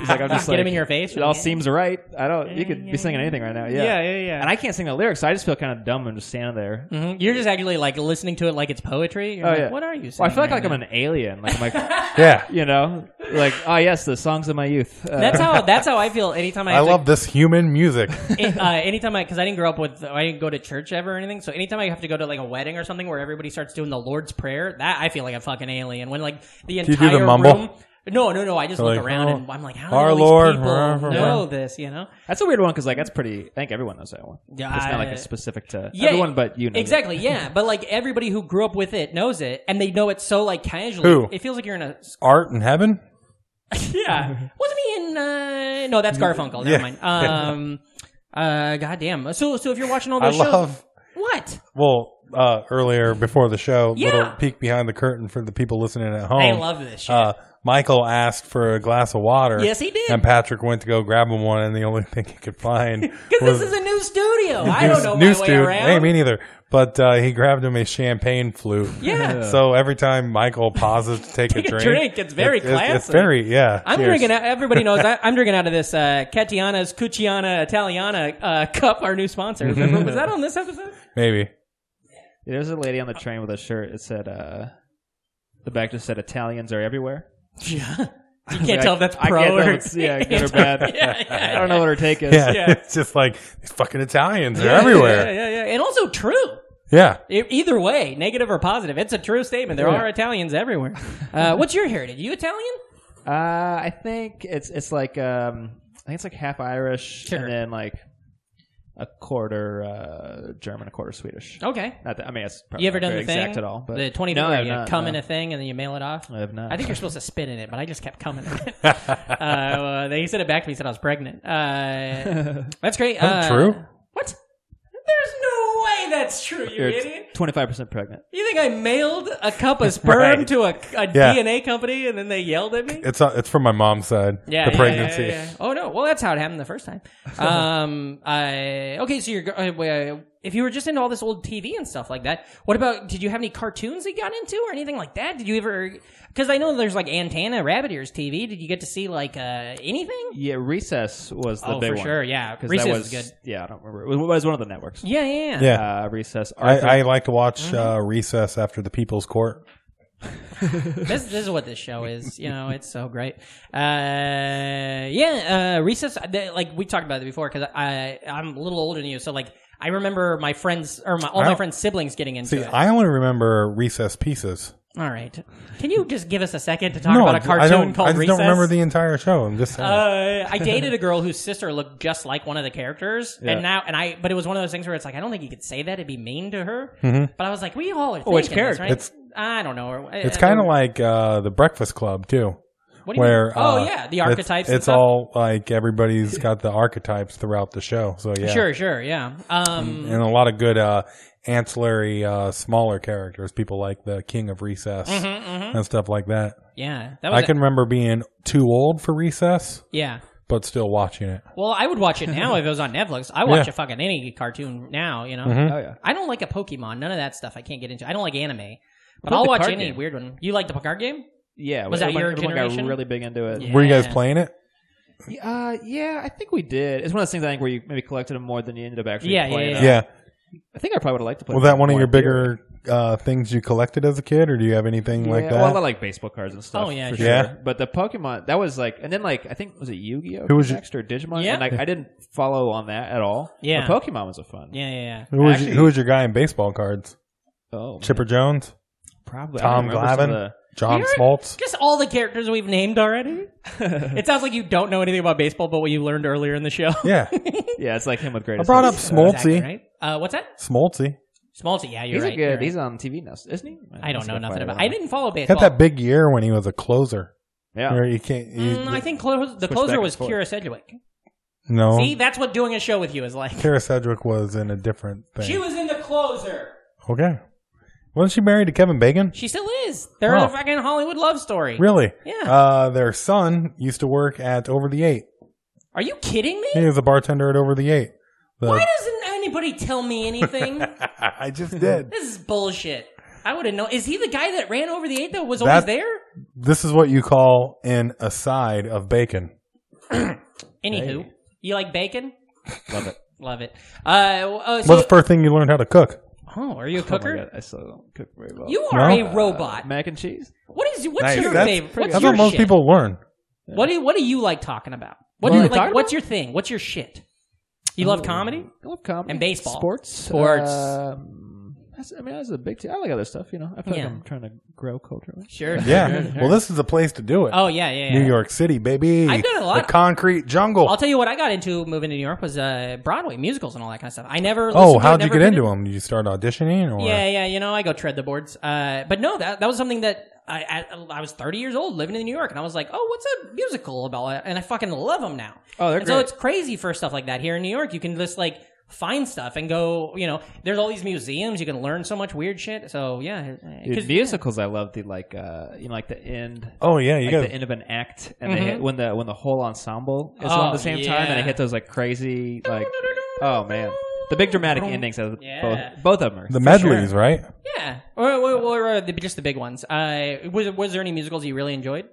He's
like, I'm just
get him
like-
in your face.
it all seems right. I don't. You could be singing anything right now. Yeah.
Yeah, yeah, yeah.
And I can't sing the lyrics, so I just feel kind of dumb and just standing there.
hmm You're just actually like listening to it like it's poetry. You're
Oh
like,
yeah.
What are you?
Well, I
saying
feel like,
right
like I'm
now?
an alien. Like I'm like
Yeah.
you know like oh yes the songs of my youth. Uh,
That's how. That's how I feel. Anytime I,
I
have to-
love this human music.
it, uh, anytime I, because I didn't grow up with, I didn't go to church ever or anything. So anytime I have to go to like a wedding or something where everybody starts doing the Lord's Prayer, that I feel like a fucking alien. When like the
you do
entire
the mumble?
room, No, no, no. I just
They're
look
like,
around
oh,
and I'm like, how do
our
all these
Lord,
people
rah, rah,
know
rah.
this? You know?
That's a weird one because like that's pretty. I think everyone knows that one.
Yeah,
it's not like
I-
a specific to everyone, but you know it.
exactly. Yeah, but like everybody who grew up with it knows it, and they know it so like casually.
Who?
It feels like you're in a
Art in Heaven?
yeah. Wasn't he in? Uh, no, that's Garfunkel. Never
Yeah.
mind. Um, uh, goddamn. So, so if you're watching all
I
those shows,
love-
what?
Well, uh, earlier before the show,
Yeah.
little peek behind the curtain for the people listening at home.
They love this shit.
Uh, Michael asked for a glass of water.
Yes, he did.
And Patrick went to go grab him one, and the only thing he could find
Because
was
this is a new studio. I don't know my way
student.
around.
Hey, me neither. But uh, he grabbed him a champagne flute.
Yeah.
so every time Michael pauses to take,
Take a
drink,
drink. It's very
it's, it's- It's
classy.
very yeah.
I'm
Cheers.
drinking. out- Everybody knows I, I'm drinking out of this uh, Catiana's Cucciana Italiana uh, cup. Our new sponsor.
Mm-hmm.
Remember- Was that on this episode?
Maybe.
There was a lady on the train with a shirt. It said, uh, the back just said, "Italians are everywhere."
Yeah. You
Yeah,
can't tell if that's
I
pro
can't
or
tell if it's- yeah, good or bad.
Yeah, yeah,
I don't know what her take is.
Yeah, it's just like these fucking Italians are everywhere.
Yeah, yeah, yeah, yeah. and also true.
Yeah.
E- Either way, negative or positive, it's a true statement. There
Yeah.
are Italians everywhere. Uh, what's your heritage? You Italian?
Uh, I think it's it's like um, I think it's like half Irish
Sure.
and then like a quarter uh, German, a quarter Swedish.
Okay.
Not that, I mean, it's
Oh.
probably
You ever
not
done the
very
thing?
exact at all? But
the twenty
no,
dollar
I've
you
not,
cum
no.
in a thing and then you mail it off.
I have not.
I think you're supposed to spit in it, but I just kept coming. uh, uh, they said it back to me. Said I was pregnant. Uh, that's great.
That's
uh,
true.
What? There's no way that's true. You
you're
idiot.
twenty five percent pregnant.
You think I mailed a cup of sperm
Right.
to a, a
Yeah.
DNA company and then they yelled at me?
It's uh, it's from my mom's side.
Yeah,
the
yeah,
pregnancy.
yeah, yeah, yeah. Oh no! Well, that's how it happened the first time.
Uh-huh.
Um, I okay. So you're uh, wait, uh, if you were just into all this old TV and stuff like that. What about? Did you have any cartoons that you got into or anything like that? Did you ever? Because I know there's like Antenna, Rabbit Ears TV. Did you get to see like uh, anything?
Yeah, Recess was the
Oh,
big
for
one.
sure, yeah.
'Cause
Recess
that
was
was
good.
Yeah, I don't remember. It was- it was one of the networks.
Yeah, yeah.
Yeah.
Uh, Recess. Arthur.
I, I like to watch
Uh-huh.
uh, Recess after the People's Court.
This, this is what this show is. You know, it's so great. Uh, yeah, uh, recess. th- Like we talked about it before, because I I'm a little older than you, so like I remember my friends or my, all
I
my
don't-
friends' siblings getting into
See,
it.
I only remember Recess pieces.
All right. Can you just give us a second to talk about a
I
cartoon
don't,
called
I just
Recess?
don't remember the entire show. I'm just saying.
Uh, I dated a girl whose sister looked just like one of the characters,
Yeah.
and now and I. But it was one of those things where it's like I don't think you could say that; it'd be mean to her.
Mm-hmm.
But I was like, we all are.
which
thinking this,
character?
right?
It's-
I don't know. or-
Oh, it's
I-
kind of
or-
like uh, the Breakfast Club too.
What do you
Where
mean? Oh,
uh,
yeah, the
it's-
archetypes
It's,
and stuff.
all like everybody's got the archetypes throughout the show. So yeah,
Sure, sure, yeah. Um,
and a lot of good uh, ancillary uh, smaller characters. People like the King of Recess and stuff like that.
yeah, Mm-hmm. that was
I can remember being too old for Recess,
yeah.
but still watching it.
Well, I would watch it now if it was on Netflix. I watch
Yeah. Mm-hmm.
a fucking any cartoon now, you know.
Oh yeah.
I don't like a Pokemon. None of that stuff. I can't get into. I don't like anime, but
about
I'll
the
watch
card
any
game?
weird one. You like the card game?
Yeah,
Was that
everyone-
your
everyone
generation?
Got really big into it.
Yeah.
Were you guys playing it?
Uh, yeah, I think we did. It's one of those things I think where you maybe collected them more than you ended up actually
Yeah, yeah,
playing.
yeah.
them.
Yeah.
I think I probably would have liked to play.
Was
them
that one of
more
your
in theory.
bigger uh, things you collected as a kid, or do you have anything
Yeah,
like that?
Well, I like baseball cards and stuff.
Oh, yeah,
for
sure.
sure.
Yeah.
But the Pokemon that was like, and then like I think was it Yu Gi Oh?
Who was your-
next or Digimon?
Yeah.
And like I didn't follow on that at all.
Yeah.
But Pokemon was a fun.
Yeah, yeah, yeah.
who, was
actually-
your, who was your guy in baseball cards?
Oh, man,
Chipper Jones,
probably I
Tom
remember some of
Glavine,
the-
John
You're-
Smoltz.
Just all the characters we've named already. it sounds like you don't know anything about baseball, but what you learned earlier in the show.
Yeah,
Yeah, it's like him with great.
I brought up
hits.
Smoltzy.
Exactly, right? Uh, what's that?
Smoltzy
Smolty. Yeah, you're
He's
right.
a
you're
good.
right.
He's on TV now, isn't he?
I don't
He's
know
got
nothing
fired
about.
on.
I didn't follow baseball.
got that big year when he was a closer.
Yeah.
Where you can't. You,
Mm, I think close, the
Switch back
closer
and
was
forth.
Kira Sedgwick.
no.
See, that's what doing a show with you is like.
Kara Sedgwick was in a different thing.
She was in the closer.
okay. Wasn't she married to Kevin Bacon?
She still is. They're
Wow.
a fucking Hollywood love story.
Really?
Yeah.
Uh, their son used to work at Over the Eight.
Are you kidding me?
He was a bartender at Over the Eight. The-
Why doesn't anybody tell me anything?
I just did.
this is bullshit. I would have known. Is he the guy that ran over the eight that was always
That-
there?
This is what you call an aside of bacon.
Anywho, you like bacon?
Love it.
Love it. Uh, uh, so-
What's the first thing you learned how to cook?
oh, are you a
Oh my
cooker?
God, I still don't cook very well.
you are
No.
a robot.
mac and cheese?
What is what's
Nice.
your
That's-
favorite? What's
That's
your
what most
shit?
people learn.
What do you, what do you like talking about? What
What
do you
I
like?
talk
what's
about?
your thing? What's your shit? You love comedy?
Oh, I love comedy
And baseball.
sports,
Sports.
Um, That's, I mean, that's a big. T- I like other stuff, you know. I feel
Yeah.
like I'm trying to grow culturally.
Sure.
Yeah. well, this is the place to do it.
Oh, yeah, yeah,
New
yeah.
York City, baby.
I've done a lot.
The concrete jungle.
I'll tell you what I got into moving to New York was uh, Broadway musicals and all that kind of stuff. I never. listened
oh,
to it,
how'd you
never
get
did
into
it.
them? Did you start auditioning or?
Yeah, yeah. You know, I go tread the boards. Uh, but no, that that was something that I, I I was 30 years old, living in New York, and I was like, oh, what's a musical about? And I fucking love them now.
Oh, they're
and so
great.
it's crazy for stuff like that here in New York. You can just like find stuff and go. You know, there's all these museums. You can learn so much weird shit. So yeah,
Dude, musicals, I love the like, uh, you know, like the end.
Oh, yeah, you
like
gotta-
the end of an act, and
Mhm.
they hit when the when the whole ensemble is
Oh,
on at the same time, and
yeah.
they hit those like crazy like. Oh man, the big dramatic endings. Of
Yeah.
both both of them are
The
for
medleys,
sure.
right?
Yeah, or, or, or, or the, just the big ones. Uh, was was there any musicals you really enjoyed?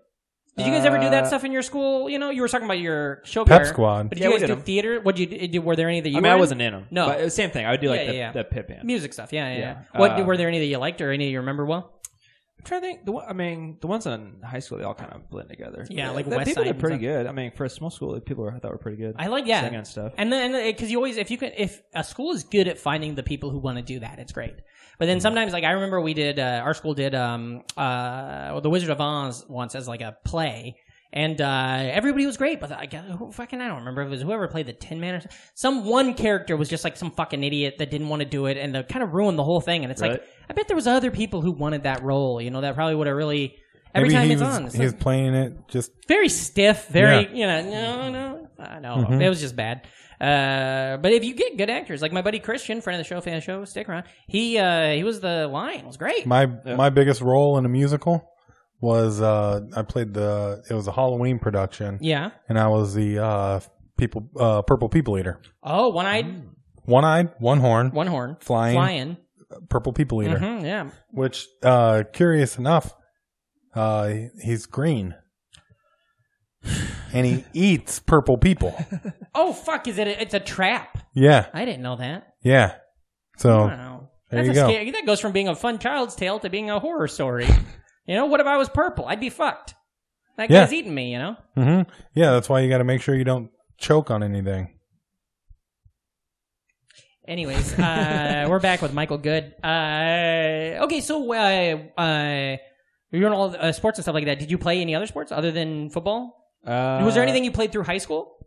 Did you guys ever do that
Uh,
stuff in your school? You know, you were talking about your show.
Pep
choir,
Squad.
But did
Yeah, we
you guys
did
do
'em.
theater? What did you did? Were there any that you?
I
were
mean, I wasn't in them.
No,
but same thing. I would do like
Yeah,
the,
yeah, yeah.
the pit band.
music stuff. Yeah, yeah. yeah.
Yeah.
What
Uh,
were there any that you liked or any you remember well?
I'm trying to think. The one, I mean, the ones in high school, they all kind of blend together.
Yeah, like
the
West
people
Side
are
and
pretty
stuff.
good. I mean, for a small school, the people were, I thought were pretty good.
I like yeah,
singing and stuff.
And then because you always if you can if a school is good at finding the people who want to do that, it's great. But then sometimes like I remember we did uh, our school did um uh well, the Wizard of Oz once as like a play. And uh, everybody was great, but I got- who fucking I don't remember if it was whoever played the Tin Man or something. some one character was just like some fucking idiot that didn't want to do it, and that kind of ruined the whole thing. And it's like
Right.
I bet there was other people who wanted that role, you know, that probably would have really every
Maybe
time
he
it's
was,
on. it's
he
like-
was playing it just
very stiff, very
Yeah.
you know, no, no, I know
Mhm.
it was just bad. Uh, but if you get good actors, like my buddy Christian, friend of the show, fan of the show, stick around. He uh, he was the lion, it was great.
my my biggest role in a musical was uh I played the it was a Halloween production.
Yeah.
And I was the uh people uh purple people eater.
oh, one eyed,
Mm. One eyed, one horn.
One horn.
Flying.
Flying.
Purple people eater.
Mhm, yeah.
Which uh curious enough, uh he- he's green. and he eats purple people.
Oh fuck, is it? A, it's a trap.
Yeah.
I didn't know that.
Yeah. So
Wow,
Oh, there
That's
you
a
go.
Scary, that goes from being a fun child's tale to being a horror story. you know, what if I was purple? I'd be fucked. That
Yeah.
guy's eating me. You know.
hmm Yeah, that's why you got to make sure you don't choke on anything.
Anyways, uh, we're back with Michael Good. Uh, okay, so uh, uh, you're in all uh, sports and stuff like that. Did you play any other sports other than football?
Uh,
Was there anything you played through high school,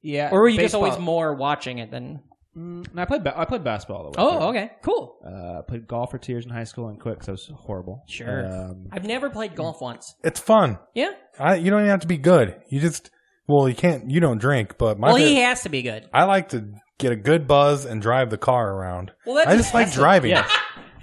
Yeah.
or were you just
baseball.
always more watching it than?
No, I played. Ba- I played basketball. All the way
Oh,
through.
okay, cool.
Uh, I played golf for two years in high school and quit because I was horrible.
Sure.
Um,
I've never played golf once.
It's fun.
Yeah.
I, you don't even have to be good. You just well, you can't. You don't drink, but my
well, he
favorite-
has to be good.
I like to get a good buzz and drive the car around.
Well, that's
I just like
impressive.
driving.
yeah.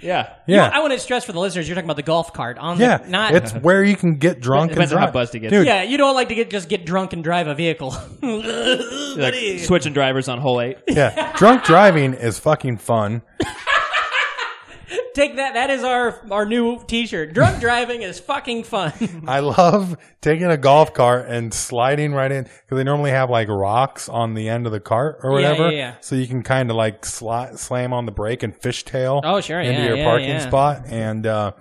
yeah.
Yeah.
I want to stress for the listeners, you're talking about the golf cart on
Yeah,
the not.
it's where you can get drunk and
Depends on how
drive.
buzzed he gets.
Dude,
yeah, you don't like to get just get drunk and drive a vehicle.
Like, switching drivers on hole eight.
yeah, drunk driving is fucking fun.
Take that. That is our our new T-shirt. Drunk driving is fucking fun.
I love taking a golf cart and sliding right in because they normally have like rocks on the end of the cart or
Yeah,
whatever,
yeah, yeah.
so you can kind of like sli- slam on the brake and fishtail.
Oh, sure,
into
yeah,
your
yeah,
parking
yeah.
spot. And uh,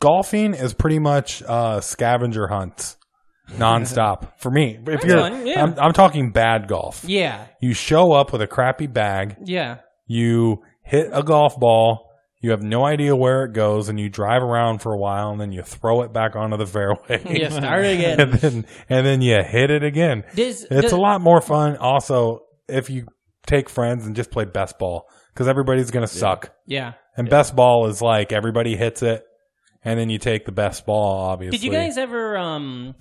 golfing is pretty much uh, scavenger hunts nonstop for me. If you're,
fun, yeah.
I'm, I'm talking bad golf.
yeah,
You show up with a crappy bag,
yeah.
you hit a golf ball. You have no idea where it goes, and you drive around for a while, and then you throw it back onto the fairway.
Yeah, start again.
and then and then you hit it again.
Does-
it's
does-
a lot more fun. Also, if you take friends and just play best ball, because everybody's gonna suck.
Yeah.
And best ball is like everybody hits it, and then you take the best ball. Obviously,
Did you guys ever um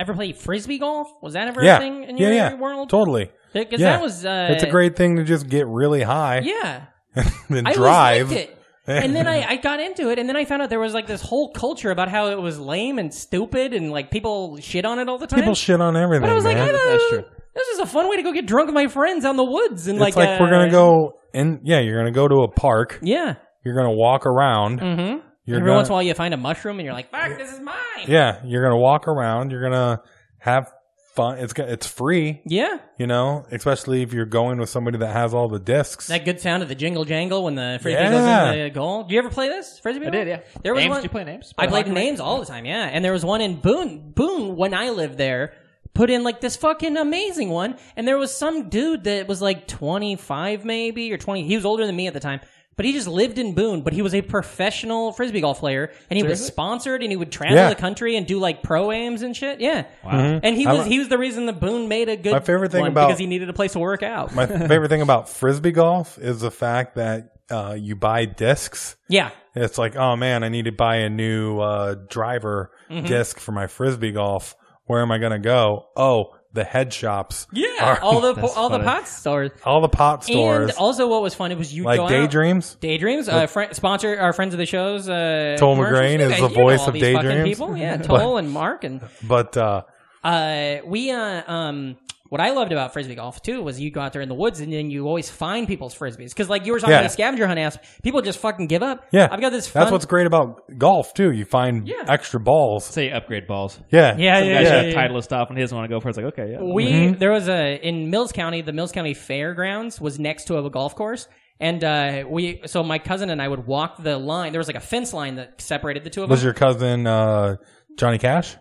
ever play frisbee golf? Was that ever
Yeah,
a thing in
yeah,
your,
yeah,
your world?
totally.
Because
Yeah.
that was uh,
it's a great thing to just get really high.
Yeah,
and
I
drive.
always liked it. and then I, I got into it, and then I found out there was like this whole culture about how it was lame and stupid, and like people shit on it all the time.
People shit on everything.
but I was like,
man.
I don't-
That's true.
this is a fun way to go get drunk with my friends out in the woods, and
it's like,
uh,
we're gonna go and yeah, you're gonna go to a park.
Yeah.
You're gonna walk around.
Mm-hmm.
You're
Every
gonna-
once in a while, you find a mushroom, and you're like, "Fuck, this is mine."
Yeah, you're gonna walk around. You're gonna have fun. It's go- it's free.
Yeah.
You know, especially if you're going with somebody that has all the discs.
That good sound of the jingle jangle when the free kick
Yeah.
goes in the goal. Do you ever play this frisbee?
I
ball?
did, yeah.
There was
Names?
one.
Did you play names?
I
Play
played
hockey?
names all the time. Yeah, and there was one in Boone. Boone, when I lived there, put in like this fucking amazing one. And there was some dude that was like 25 maybe or 20. He was older than me at the time. But he just lived in Boone, but he was a professional frisbee golf player, and he was
Seriously?
sponsored, and he would travel
Yeah.
the country and do like pro aims and shit. Yeah,
Wow. Mhm.
And he
I
was
li-
he was the reason that Boone made a good
My favorite thing
one
about-
because he needed a place to work out.
My favorite thing about frisbee golf is the fact that uh, you buy discs.
Yeah.
It's like, oh man, I need to buy a new uh, driver
Mhm.
disc for my frisbee golf. Where am I going to go? Oh, the head shops.
Yeah,
are-
all the all the pot stores.
All the pot stores.
And also, what was fun was you
Like
go out-
Daydreams?
Daydreams, uh,
Like-
fri sponsor our friends of the shows. Uh,
Toll
commercials.
McGrain
You
is
guys-
the
you know
voice
all
of
these fucking
Daydreams.
People, yeah,
But-
Toll and Mark and
but uh,
uh, we uh, um, what I loved about frisbee golf too was you go out there in the woods and then you always find people's frisbees because like you were talking
Yeah.
about a scavenger hunt ass, people just fucking give up.
yeah,
I've got this. Fun,
That's what's great about golf too. You find extra balls.
Say upgrade balls.
Yeah,
Yeah,
Some
yeah,
guy
yeah,
shot a
yeah.
Titleist off and he doesn't want to go for it. It's like, okay, yeah.
We there was a in Mills County. The Mills County Fairgrounds was next to a golf course, and uh, we so my cousin and I would walk the line. There was like a fence line that separated the two of
Was
them.
your cousin uh, Johnny Cash?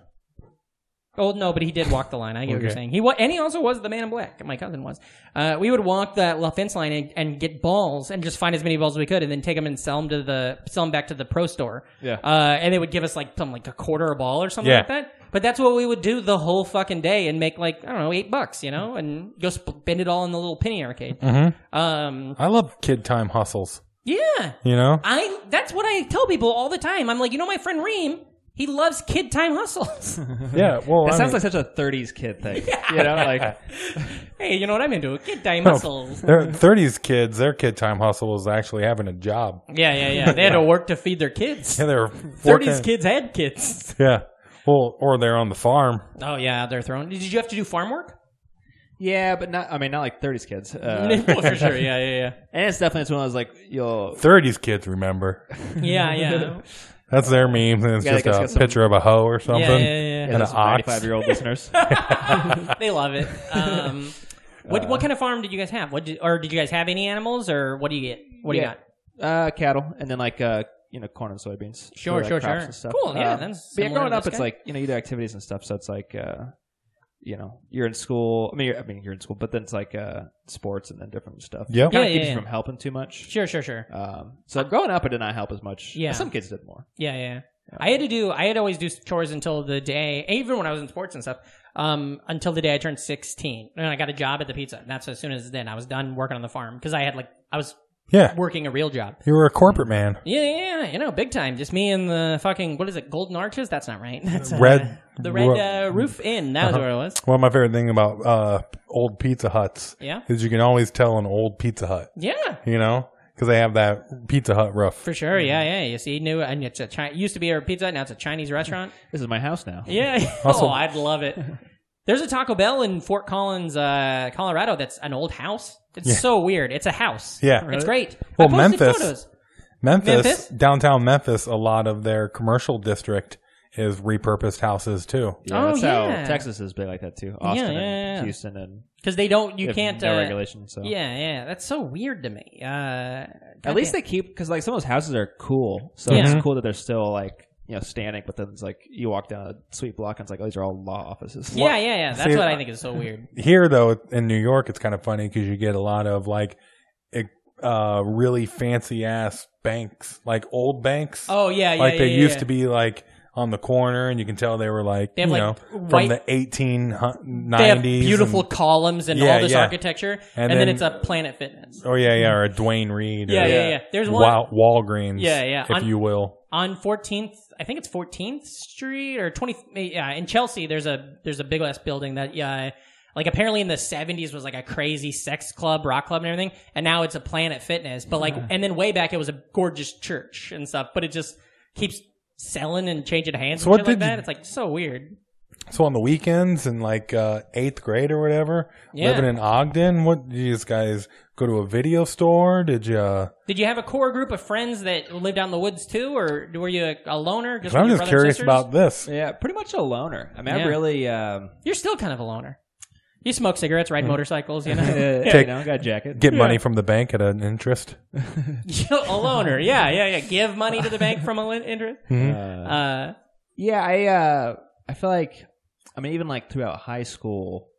Oh no, but he did walk the line. I get what you're
Okay.
saying. He wa- and he also was the man in black. My cousin was. Uh, we would walk that la- fence line and, and get balls and just find as many balls as we could, and then take them and sell them to the sell them back to the pro store.
Yeah.
Uh, and they would give us like some like a quarter a ball or something
Yeah.
like that. But that's what we would do the whole fucking day and make like I don't know eight bucks, you know, and go spend it all in the little penny arcade.
Mhm.
Um,
I love kid time hustles.
yeah.
You know,
I that's what I tell people all the time. I'm like, you know, my friend Reem, he loves kid time hustles.
yeah. Well,
that
I
sounds
mean-
like such a 30s kid thing. You know, like
hey, you know what I'm into? Kid time
No,
hustles.
Their 30s kids, their kid time hustle was actually having a job.
Yeah, yeah, yeah. They had to work to feed their kids.
Yeah, they were
Thirties
working-
kids had kids.
Yeah. Well, or they're on the farm.
Oh yeah, they're thrown. Did you have to do farm work?
yeah, but not. I mean, not like 30s kids. Uh,
Well, for sure. Yeah, yeah, yeah.
and it's definitely it's one of those like you'll
30s kids, remember.
Yeah, yeah.
That's their meme. And it's
Yeah, I
just
guess
a
it's some-
picture of a hoe or something.
yeah, yeah.
And an
five
ox.
year old listeners.
they love it. Um, what
Uh,
what kind of farm did you guys have? What did, or did you guys have any animals or what do you get? What do you
Yeah.
got?
Uh, cattle, and then like uh, you know, corn and soybeans.
Sure,
for, like,
sure,
crops
sure.
And stuff.
Cool, yeah,
Um,
that's
but yeah,
similar
growing
to
up,
this
it's
guy.
like you know, you do activities and stuff, so it's like uh, you know, you're in school. I mean, you're, I mean, you're in school, but then it's like uh, sports and then different stuff.
Yeah.
kind
Yeah,
of
yeah,
keeps
yeah.
you from helping too much.
Sure, sure, sure.
Um, so growing up, I did not help as much.
Yeah.
some kids did more.
Yeah, yeah. I had to do. I had to always do chores until the day, even when I was in sports and stuff. Um, until the day I turned sixteen, and I got a job at the pizza. And that's as soon as then I was done working on the farm because I had like I was
Yeah.
working a real job.
You were a corporate man.
Yeah, yeah, yeah, you know, big time. Just me and the fucking what is it? Golden Arches? That's not right. That's uh,
Red-
The red
ro- Uh-huh.
uh, roof inn. That was what it was.
One of my favorite thing about uh, old Pizza Huts
Yeah.
is you can always tell an old Pizza Hut,
Yeah,
you know, because they have that Pizza Hut roof.
for sure. Yeah, yeah. You see, new and it's a Chi- used to be a pizza. Now it's a Chinese restaurant.
This is my house now.
Yeah.
Also-
oh, I'd love it. There's a Taco Bell in Fort Collins, uh, Colorado. That's an old house. It's so weird. It's a house.
Yeah.
It's great.
Well,
I posted
Memphis-
Photos.
Memphis,
Memphis?
downtown Memphis, a lot of their commercial district is repurposed houses too.
Yeah,
Oh,
that's
yeah.
how Texas is big like that too. Austin
yeah,
and
yeah.
Houston and
Because they don't. You
they have
can't.
no
uh,
regulation. So
Yeah, yeah. That's so weird to me. Uh,
at least they keep because like some of those houses are cool. So
Yeah.
it's cool that they're still like you know standing, but then it's like you walk down a sweet block and it's like oh, these are all law offices.
Yeah, yeah, yeah. That's
See,
what I
uh,
think is so weird.
Here though, in New York, it's kind of funny because you get a lot of like, e- uh, really fancy ass banks, like old banks.
Oh yeah, yeah.
like they
yeah,
used
yeah.
to be like on the corner, and you can tell they were like
They have,
you
like,
know
white-
from the eighteen nineties.
They have beautiful columns and
Yeah,
all this
yeah.
architecture, and,
And
then,
then-
it's a Planet Fitness.
oh yeah, yeah, or a Dwayne Reed.
Yeah,
or
yeah, yeah. There's one-
Wa- Walgreens.
Yeah, yeah.
If
On-
you will.
on 14th i think it's 14th street or 20th yeah in chelsea there's a there's a big ass building that yeah like apparently in the 70s was like a crazy sex club rock club and everything and now it's a planet fitness but like and then way back it was a gorgeous church and stuff but it just keeps selling and changing hands
So
and
what
shit like
did you-
that it's like so weird
So on the weekends in like uh, eighth grade or whatever,
Yeah.
living in Ogden, what did you guys go to a video store? Did you? uh
did you have a core group of friends that lived out in the woods too or were you a, a loner
i
just with
I'm
your brother
just
and
curious
sisters?
about this.
yeah, pretty much a loner. I mean,
Yeah.
I really um,
you're still kind of a loner you smoke cigarettes
Hmm.
ride motorcycles you know
yeah, you
Take-
know, got a jacket.
Get money from the bank at an interest.
a loner. Yeah, yeah, yeah. Give money to the bank from a lin- interest.
Hmm?
Uh,
Uh,
Yeah, I uh, I feel like I mean even like throughout high school,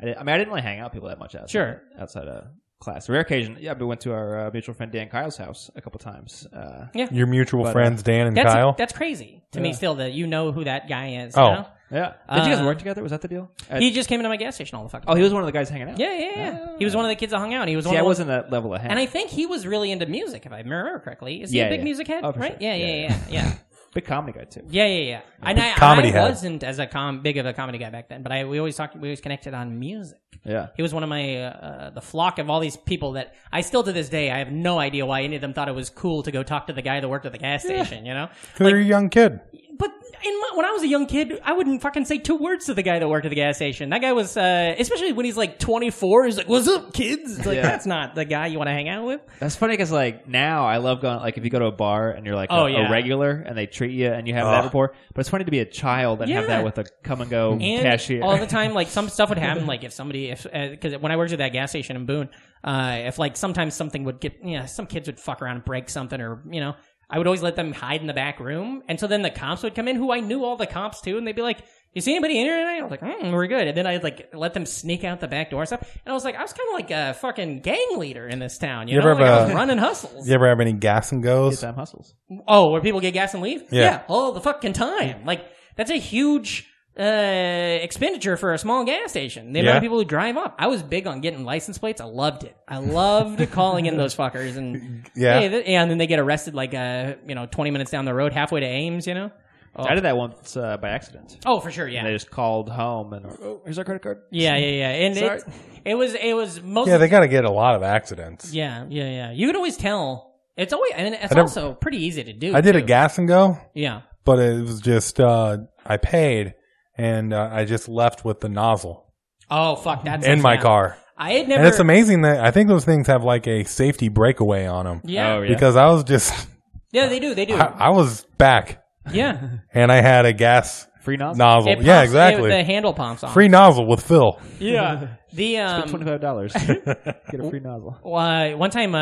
I, did, I mean I didn't really hang out with people that much outside.
Uh, Sure.
outside of class. Rare occasion. Yeah, we went to our uh, mutual friend Dan Kyle's house a couple times. Uh,
Yeah.
Your mutual
But, uh,
friends Dan and
That's
Kyle.
that's crazy to me
Yeah.
still that you know who that guy is.
Oh.
now.
yeah. Did you guys
Uh,
work together? Was that the deal? At-
He just came into my gas station all the fucking.
oh,
time.
he was one of the guys hanging out.
Yeah, yeah, yeah. he was one of the kids that hung out. He was
See,
one.
I
of the-
wasn't that level of hang.
And I think he was really into music, if I remember correctly. Is he
Yeah,
a big
yeah.
music head?
Oh, for
right?
sure.
Yeah, yeah,
Yeah,
yeah, yeah,
big comedy guy too.
yeah, yeah, yeah. And I,
Comedy
I
head.
wasn't as a com big of a comedy guy back then, but I we always talked. We always connected on music.
Yeah.
He was one of my uh, uh, the flock of all these people that I still to this day I have no idea why any of them thought it was cool to go talk to the guy that worked at the gas station. You know,
'Cause they're a young kid.
but in my, when I was a young kid, I wouldn't fucking say two words to the guy that worked at the gas station. That guy was, uh, especially when he's like 24, he's like, "What's up, kids?" It's like
Yeah.
that's not the guy you want to hang out with.
That's funny because like now I love going like if you go to a bar and you're like
Oh,
a,
yeah.
a regular and they treat you and you have that
Ugh.
rapport, but it's funny to be a child and have
Yeah.
that with a come and go
and
cashier
all the time like some stuff would happen like if somebody if because when i worked at that gas station in boone uh, if like sometimes something would get you know some kids would fuck around and break something or you know i would always let them hide in the back room and so then the comps would come in who i knew all the comps too and they'd be like you see anybody in here tonight? I was like, mm, we're good. And then I'd like let them sneak out the back door and stuff. And I was like, I was kind of like a fucking gang leader in this town. You,
You
know,
ever
like I
have
was
a-
running hustles.
You ever have any gas and goes?
time hustles.
Oh, where people get gas and leave?
Yeah.
all the fucking time. Like that's a huge uh, expenditure for a small gas station. The amount
Yeah.
of people who drive up. I was big on getting license plates. I loved it. I loved calling in those fuckers and
Yeah.
hey, th- and then they get arrested like uh, you know twenty minutes down the road, halfway to Ames. You know.
I did that once uh, by accident.
Oh, for sure.
And I
Oh. Yeah.
just called home and oh, here's our credit card.
Yeah, yeah, yeah. And
Sorry.
it, it was it was mostly
Yeah, they got to get a lot of accidents.
yeah, yeah, yeah. You can always tell. It's always and it's
never-
also pretty easy to do.
I did a
too.
gas and go,
Yeah.
but it was just uh, I paid and uh, I just left with the nozzle
Oh fuck, that's
in my
yeah.
car.
I had never.
And it's amazing that I think those things have like a safety breakaway on them.
Yeah.
Oh, yeah.
Because I was just
Yeah, they do. They do.
I, I was back
yeah.
and I had a gas
Free nozzle.
nozzle.
It
yeah,
pumps-
exactly.
The handle pumps on.
Free nozzle with Phil.
Yeah. The
Twenty
um.
five dollars. Get a free nozzle.
Uh, one time, uh,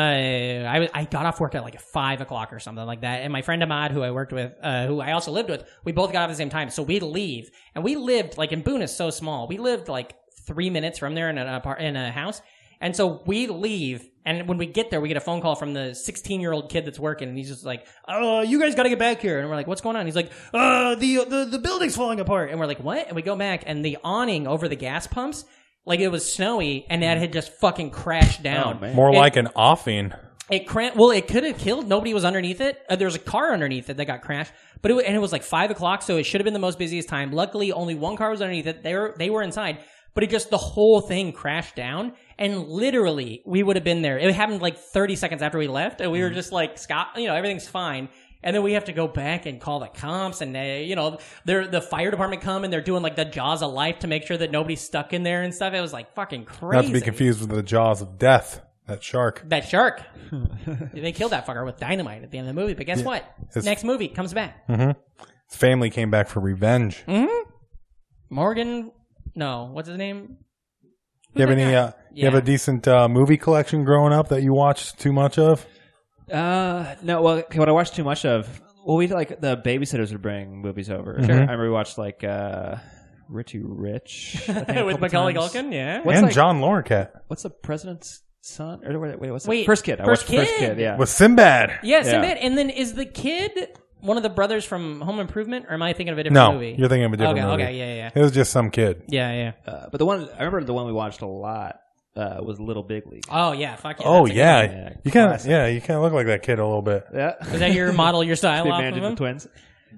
I was- I got off work at like five o'clock or something like that, and my friend Ahmad, who I worked with, uh, who I also lived with, we both got off at the same time, so we'd leave, and we lived like in Boone is so small, we lived like three minutes from there in an apart in a house, and so we leave, and when we get there, we get a phone call from the 16 year old kid that's working, and he's just like, "Oh, you guys got to get back here," and we're like, "What's going on?" He's like, "Uh, the the the building's falling apart," and we're like, "What?" And we go back, and the awning over the gas pumps. Like it was snowy, and that had just fucking crashed down.
man.
More
It-
like an offing.
it cramped. Well, it could have killed. Nobody was underneath it. Uh, there was a car underneath it that got crashed. But it, wa- and it was like five o'clock, so it should have been the most busiest time. Luckily, only one car was underneath it. They were they were inside, but it just the whole thing crashed down. And literally, we would have been there. It happened like thirty seconds after we left, and we were just like, Scott, you know, everything's fine. And then we have to go back and call the comps, and they, you know, they're, the fire department come and they're doing like the jaws of life to make sure that nobody's stuck in there and stuff. It was like fucking crazy.
Not to be confused with the jaws of death. That shark.
That shark. they killed that fucker with dynamite at the end of the movie. But guess what?
It's-
Next movie comes back. Mm-hmm.
His family came back for revenge.
Morgan. No, what's his name?
you have any? Uh, You have
Yeah.
a decent uh, movie collection growing up that you watched too much of?
Uh, no. Well, okay, what I watched too much of. Well, we like the babysitters would bring movies over. I remember we watched like uh, Richie Rich I think, a
With
couple
Macaulay
times.
Culkin. Yeah.
What's
and
like-
John Lorcat
What's the president's son? Or wait, wait, what's the
Wait,
first kid? I
First
watched first
Kid?
kid. Yeah.
with Sinbad.
Yeah,
Yeah.
Sinbad. And then is the kid one of the brothers from Home Improvement, or am I thinking of a different
No,
movie?
you're thinking of a different
okay,
movie.
Okay, yeah, yeah,
It was just some kid.
yeah, yeah, yeah.
Uh, but the one I remember the one we watched a lot uh, was Little Big League.
Oh yeah, fuck yeah.
oh
that's a good
yeah,
one.
Yeah,
you kind of
classic.
yeah, you kind of look like that kid a little bit.
Yeah.
Is that your model, your style
Big
off of
Magic,
him?
the twins.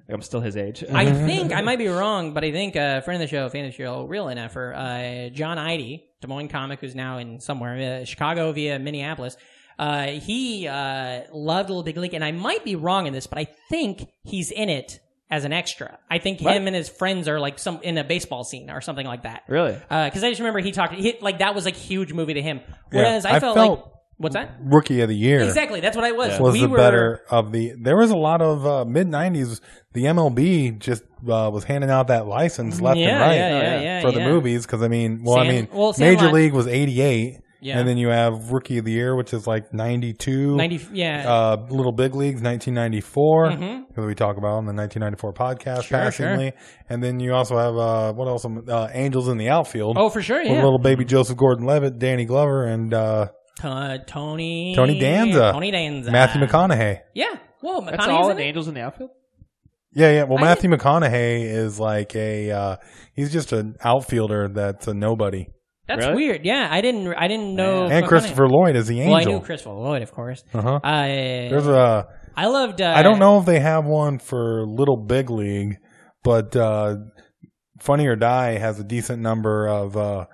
I'm still his age.
I
Mm-hmm.
think I might be wrong, but I think uh, friend of the show, fan of the show, real NFer, uh, John Idy, Des Moines comic, who's now in somewhere uh, Chicago via Minneapolis. Uh, he uh, loved Little Big League, and I might be wrong in this, but I think he's in it as an extra. I think him and his friends are like some in a baseball scene or something like that.
Really?
Because I just remember he talked he, like that was like huge movie to him. Whereas I,
I
felt,
felt-
like what's that?
Rookie of the year
Exactly, that's what I was.
was
we
the
were
better of the. There was a lot of uh, mid '90s. The MLB just uh, was handing out that license left
yeah,
and right
yeah, yeah, yeah,
for the
yeah.
movies because I mean, well, I
Sand-
mean,
well,
Major
Sandlot-
League was '88,
Yeah.
and then you have Rookie of the Year, which is like '92,
Ninety, Mm-hmm. yeah.
uh, Little Big Leagues, 1994, that we talk about on the 1994 podcast, passingly. And then you also have, uh, what else? Um, Uh, Angels in the Outfield.
oh, for sure,
With
yeah.
little baby Joseph Gordon Levitt, Danny Glover, and uh,
T- Tony.
Tony Danza.
Tony Danza.
Matthew McConaughey.
Yeah. Whoa,
That's
McConaughey's
all
in
in
it?
Angels in the Outfield?
Yeah, yeah. Well, Matthew McConaughey is like a uh, he's just an outfielder that's a nobody.
That's
Really?
weird. Yeah, I didn't. I didn't know.
And
McConaughey-
Christopher Lloyd is the
Oh, Well, I
angel.
knew Christopher Lloyd, of course.
Uh-huh.
I-
There's a
I loved. Uh,
I don't know if they have one for Little Big League, but uh, Funny or Die has a decent number of uh,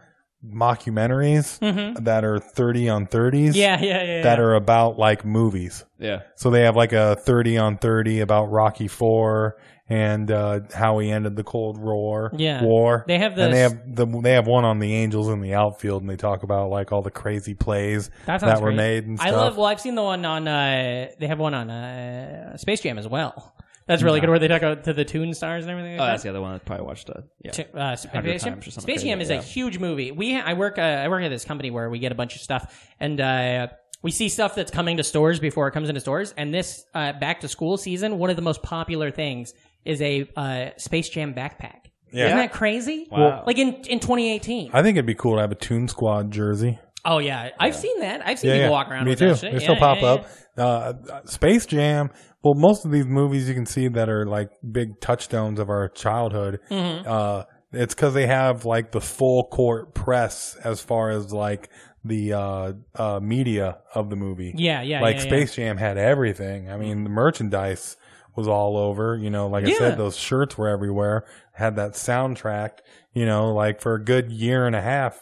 mockumentaries
Mhm.
that are thirty on thirties.
Yeah, yeah, yeah,
That
yeah.
are about like movies.
Yeah.
So they have like a thirty on thirty about Rocky Four and uh, how he ended the Cold War.
Yeah.
War.
They have
And they
this-
have the they have one on the Angels in the outfield, and they talk about like all the crazy plays
That,
that,
sounds
were
great.
made and stuff.
I love. Well, I've seen the one on. Uh, they have one on uh, Space Jam as well. That's really
Yeah.
good. Where they talk out to the Toon Stars and everything. Like
Oh,
that.
that's the other one I probably watched. Uh, yeah,
To- uh, Space
100
Jam,
times or something
Space
crazy,
Jam is
yeah.
a huge movie. We I work uh, I work at this company where we get a bunch of stuff and uh, we see stuff that's coming to stores before it comes into stores. And this uh, back to school season, one of the most popular things is a uh, Space Jam backpack.
Yeah.
Isn't that crazy?
Wow.
Like in in 2018.
I think it'd be cool to have a Toon Squad jersey.
Oh yeah, I've seen that. I've seen people walk around
Me
with
too.
that shit.
They
Yeah,
still pop
yeah,
up. Uh, Space Jam. Well, most of these movies you can see that are like big touchstones of our childhood.
Mhm.
Uh, it's because they have like the full court press as far as like the uh, uh, media of the movie.
Yeah, yeah,
Like
yeah, yeah.
Space Jam had everything. I mean, the merchandise was all over. You know, like I
Yeah.
said, those shirts were everywhere. Had that soundtrack. You know, like for a good year and a half,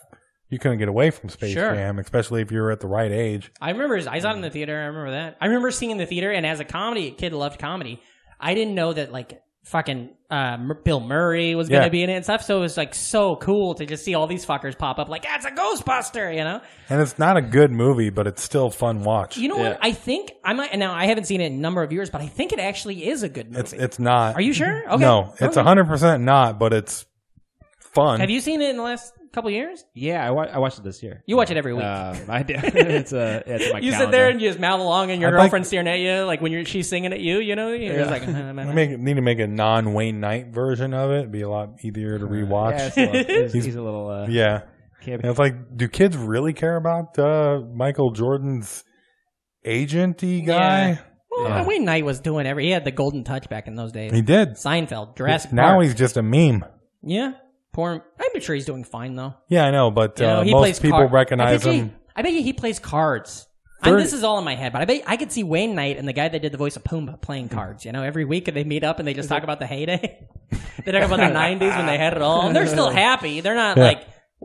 you couldn't get away from Space
Sure.
Jam, especially if you were at the right age.
I remember I saw it in the theater. I remember that. I remember seeing it in the theater, and as a comedy kid, loved comedy. I didn't know that like fucking uh, Mur- Bill Murray was gonna
Yeah.
be in it and stuff. So it was like so cool to just see all these fuckers pop up. Like that's a Ghostbuster, you know.
And it's not a good movie, but it's still fun watch.
You know what? I think I might. Now I haven't seen it in a number of years, but I think it actually is a good movie.
it's it's not.
Are you sure? Okay.
No, it's
Okay.
hundred percent not, but it's fun.
Have you seen it in the last couple of years?
Yeah, I, wa- I watched it this year.
You watch it every week.
Um, I do. it's uh, yeah, it's in my
you
calendar.
sit there and you just mouth along, and your
I'd like-
girlfriend's staring at you, like when you're she's singing at you. You know, you're just like, "Uh,
We make, need to make a non Wayne Knight version of it. It'd be a lot easier to
yeah,
rewatch.
it's a little- he's, he's a little. Uh,
yeah.
Can't
And it's like, do kids really care about uh, Michael Jordan's agenty guy?
Yeah. Well,
Yeah.
Wayne Knight was doing every. He had the golden touch back in those days.
He did.
Seinfeld, Jurassic
now
Park.
he's just a meme.
yeah. Poor. I'm sure he's doing fine though.
Yeah, I know, but
You know,
uh,
he plays
most people
car-
recognize
I bet you-
him.
I bet you he plays cards. I,
Third-
this is all in my head, but I bet I could see Wayne Knight and the guy that did the voice of Pumbaa playing
Hmm.
cards. You know, every week they meet up and they just talk about the heyday. they talk about the '90s when they had it all, and they're still happy. They're not
Yeah.
like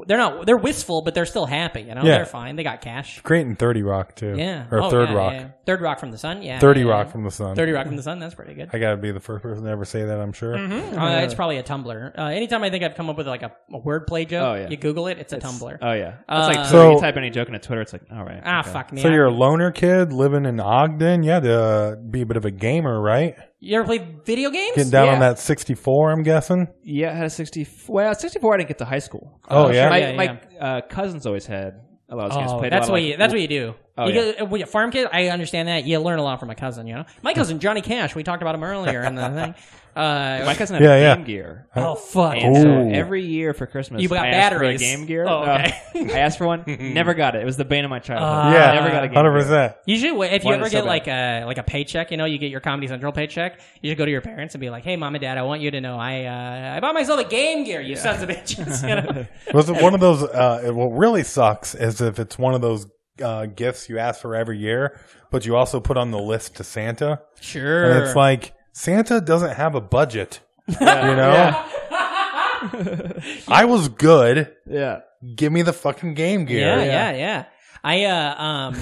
they're not they're wistful, but they're still happy. You know,
Yeah.
they're fine. They got cash.
Great in 30 Rock, too.
Yeah,
Or
Oh,
Third
yeah,
Rock.
yeah. Third Rock from the Sun. Yeah,
30
yeah, yeah.
Rock from the Sun.
Thirty Rock from the Sun. That's pretty good.
I got to be the first person to ever say that, I'm sure.
Hmm.
Mhm. Uh, it's probably a Tumblr. Uh, anytime I think I've come up with like a, a wordplay joke,
Oh, yeah.
you Google it, it's a Tumblr.
Oh yeah, it's
Uh,
like
So-
so, you type any joke into Twitter, it's like all right.
ah, fuck me.
so
I-
you're a loner kid living in Ogden. You had to uh, be a bit of a gamer, right?
you ever played video games?
Getting down on
Yeah.
that 64, I'm guessing.
Yeah, I had a sixty. Well, at sixty-four, I didn't get to high school.
Oh, yeah?
my,
Yeah,
my Uh, cousins always had a lot of games.
Oh,
Played a
that's
lot
what
of, like,
you. That's what you do.
Oh,
you
yeah.
go- when you're a farm kid, I understand that. You learn a lot from a cousin. You know, my cousin Johnny Cash. We talked about him earlier in the thing. Uh,
My cousin had
Yeah,
a
yeah.
Game Gear.
Oh, fuck.
And so
Ooh.
every year for Christmas,
You got
I asked
batteries.
for a Game Gear.
Oh,
No,
okay. Uh,
I asked for one, never got it. It was the bane of my childhood.
yeah,
never got a Game Gear.
100%.
Usually, wh- if you
Why
ever
is it
get
so
like a like a paycheck, you know, you get your Comedy Central paycheck. You should go to your parents and be like, "Hey, mom and dad, I want you to know I uh, I bought myself a Game Gear. You sons of bitches." You know?
Was it one of those? Uh, it- what really sucks is if it's one of those uh, gifts you ask for every year, but you also put on the list to Santa.
sure.
And it's like Santa doesn't have a budget. you know, I was good.
Yeah.
Give me the fucking Game Gear.
Yeah, yeah, yeah. I uh um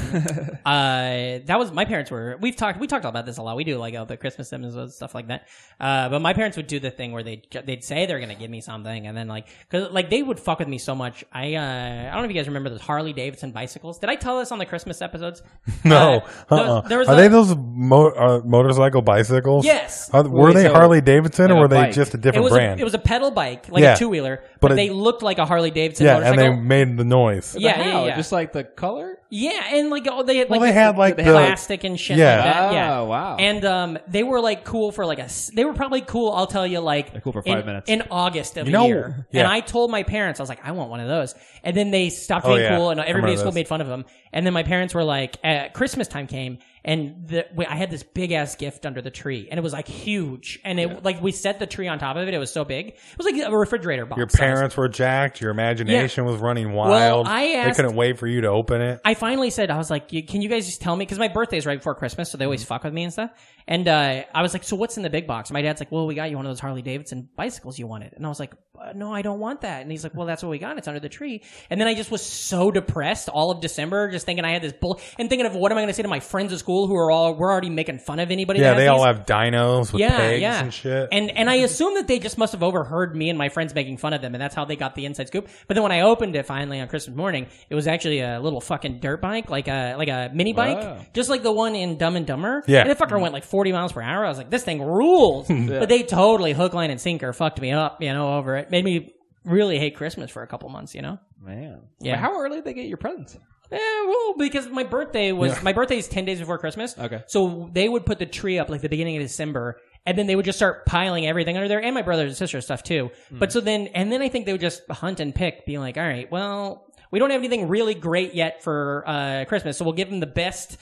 uh that was my parents were we've talked we talked about this a lot. We do like all the Christmas Sims and stuff like that. Uh but my parents would do the thing where they would they'd say they're going to give me something and then like cuz like they would fuck with me so much. I uh I don't know if you guys remember those Harley Davidson bicycles. Did I tell this on the Christmas episodes?
No,
Uh,
uh,
there-
uh
there was
are
a-
they those mo- uh, motorcycle bicycles?
Yes.
Are, were
Wait,
they
so-
Harley Davidson or
like a
were they
bike.
just a different
it was
brand?
A, it was a pedal bike, like
Yeah.
a two-wheeler, but,
But it-
they looked like a Harley Davidson
yeah,
motorcycle.
and they made the noise.
yeah,
How?
yeah, yeah.
Just like the color?
Yeah, and like all they had like,
Well, they had,
the
like, the-
plastic and shit
yeah.
like that. Yeah.
Oh, wow.
And um, they were like cool for like a. s- They were probably cool. I'll tell you, like
cool for five
in,
minutes.
in August of
You know-
a year.
yeah.
And I told my parents, I was like, I want one of those. And then they stopped
Oh,
being
yeah.
cool, and
I'm
everybody
one
at
of
school
those.
made fun of them. And then my parents were like, uh, Christmas time came, and the, we, I had this big ass gift under the tree, and it was like huge, and it like we set the tree on top of it. It was so big, it was like a refrigerator box.
Your
size.
parents were jacked. Your imagination was running wild.
I asked-
they couldn't wait for you to open it.
I finally said, I was like, "You- can you guys just tell me? Because my birthday is right before Christmas, so they
Mm-hmm.
always fuck with me and stuff. And uh, I was like, so what's in the big box? My dad's like, well, we got you one of those Harley Davidson bicycles you wanted. And I was like, uh, no, I don't want that. And he's like, well, that's what we got. It's under the tree. And then I just was so depressed all of December, just thinking I had this bull and thinking of what am I going to say to my friends at school who are all, we're already making fun of anybody.
yeah,
that has
they all
these.
have dinos with pegs and shit.
And and I assume that they just must have overheard me and my friends making fun of them, and that's how they got the inside scoop. But then when I opened it finally on Christmas morning, it was actually a little fucking dirt bike, like a like a mini bike,
Wow.
just like the one in Dumb and Dumber.
Oh. Yeah.
and the fucker went like forty miles per hour. I was like, this thing rules. But they totally hook, line, and sinker fucked me up, you know, over it. Made me really hate Christmas for a couple months, you know.
Man.
Yeah.
But how early did they get your presents?
Eh, well, because my birthday was my birthday is ten days before Christmas.
Okay.
So they would put the tree up like the beginning of December, and then they would just start piling everything under there, and my brothers and sisters stuff too. But so then, and then I think they would just hunt and pick, being like, all right, well, we don't have anything really great yet for uh, Christmas, so we'll give them the best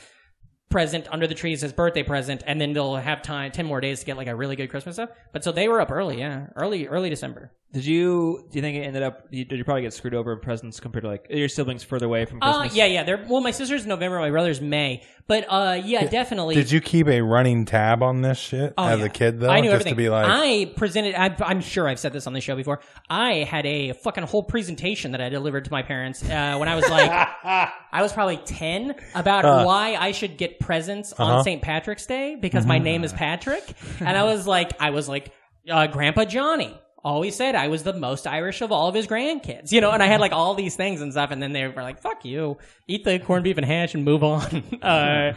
present under the trees as birthday present, and then they'll have time ten more days to get like a really good Christmas stuff. But so they were up early, yeah, early early December.
Did you do you think it ended up? You, did you probably get screwed over in presents compared to like your siblings further away from
Oh
Christmas?
yeah, yeah. They're well, my sister's November, my brother's May, but uh, yeah, definitely.
Did you keep a running tab on this shit
Oh,
as
yeah.
a kid though?
I knew
just
everything.
to be like,
I presented. I, I'm sure I've said this on the show before. I had a fucking whole presentation that I delivered to my parents uh, when I was like, I was probably ten, about
Uh.
why I should get presents
Uh-huh.
on St. Patrick's Day because
Mm-hmm.
my name is Patrick, and I was like, I was like, uh, Grandpa Johnny. Always said I was the most Irish of all of his grandkids, you know, and I had like all these things and stuff, and then they were like, "Fuck you, eat the corned beef and hash and move on." uh,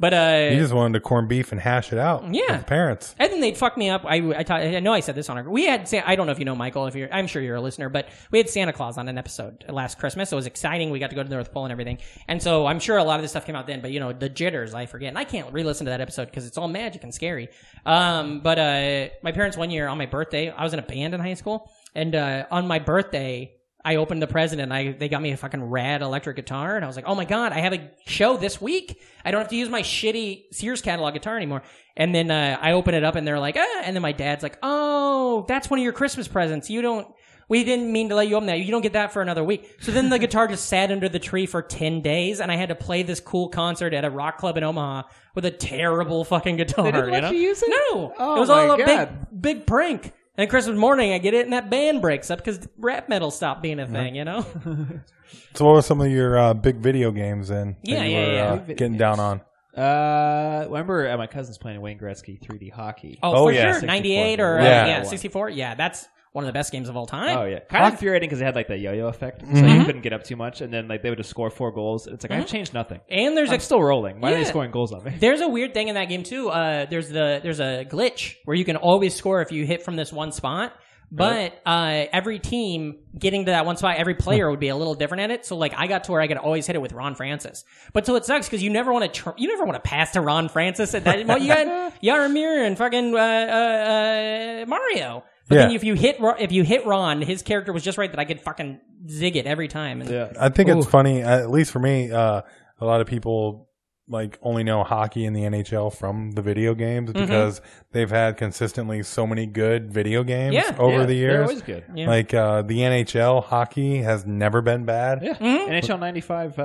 but uh,
you just wanted to corn beef and hash it out.
Yeah.
with parents.
and then they'd fuck me up. I, I, ta- I know I said this on our. We had. Sa- I don't know if you know Michael. If you're, I'm sure you're a listener, but we had Santa Claus on an episode last Christmas. It was exciting. We got to go to the North Pole and everything. And so I'm sure a lot of this stuff came out then. But you know the jitters. I forget. And I can't re-listen to that episode because it's all magic and scary. Um, but uh, my parents one year on my birthday, I was in a band in high school, and uh, on my birthday, I opened the present and I they got me a fucking rad electric guitar and I was like, oh my god, I have a show this week. I don't have to use my shitty Sears catalog guitar anymore. And then uh, I open it up and they're like, ah. And then my dad's like, oh, that's one of your Christmas presents. You don't. We didn't mean to let you open that. You don't get that for another week. So then the guitar just sat under the tree for 10 days and I had to play this cool concert at a rock club in Omaha with a terrible fucking guitar.
didn't let
know?
you use it?
No.
Oh
it was
my
all a
God.
big big prank. And Christmas morning, I get it, and that band breaks up because rap metal stopped being a thing, you know?
So, what were some of your uh, big video games then? that
Yeah,
you
yeah,
were,
yeah.
uh,
Big video
getting down on.
Uh, I remember at my cousin's playing Wayne Gretzky 3D hockey.
Oh, for
yeah.
sure. 98 or, uh, yeah.
Yeah.
64. Yeah, that's one of the best games of all time.
Oh yeah, kind of infuriating because it had like the yo-yo effect, so
Mm-hmm.
you couldn't get up too much, and then like they would just score four goals. and It's like I've changed nothing.
And there's
I'm
a,
still rolling. Why are they
Yeah.
scoring goals on me?
there's a weird thing in that game, too. Uh, there's, the, there's a glitch where you can always score if you hit from this one spot. But uh, every team getting to that one spot, every
Hmm.
player would be a little different at it. So like I got to where I could always hit it with Ron Francis. But so it sucks because you never want to tr- you never want to pass to Ron Francis at that. well, you got Yaramir and fucking uh, uh, uh, Mario. But then
Yeah.
if you hit Ro- if you hit Ron, his character was just right that I could fucking zig it every time. And,
Yeah.
I think it's funny, at least for me. Uh, a lot of people like only know hockey and the NHL from the video games
Mm-hmm.
because they've had consistently so many good video games
Yeah.
over the
they're
years.
always good.
Yeah.
Like uh, the NHL hockey has never been bad.
Yeah, NHL '95 uh,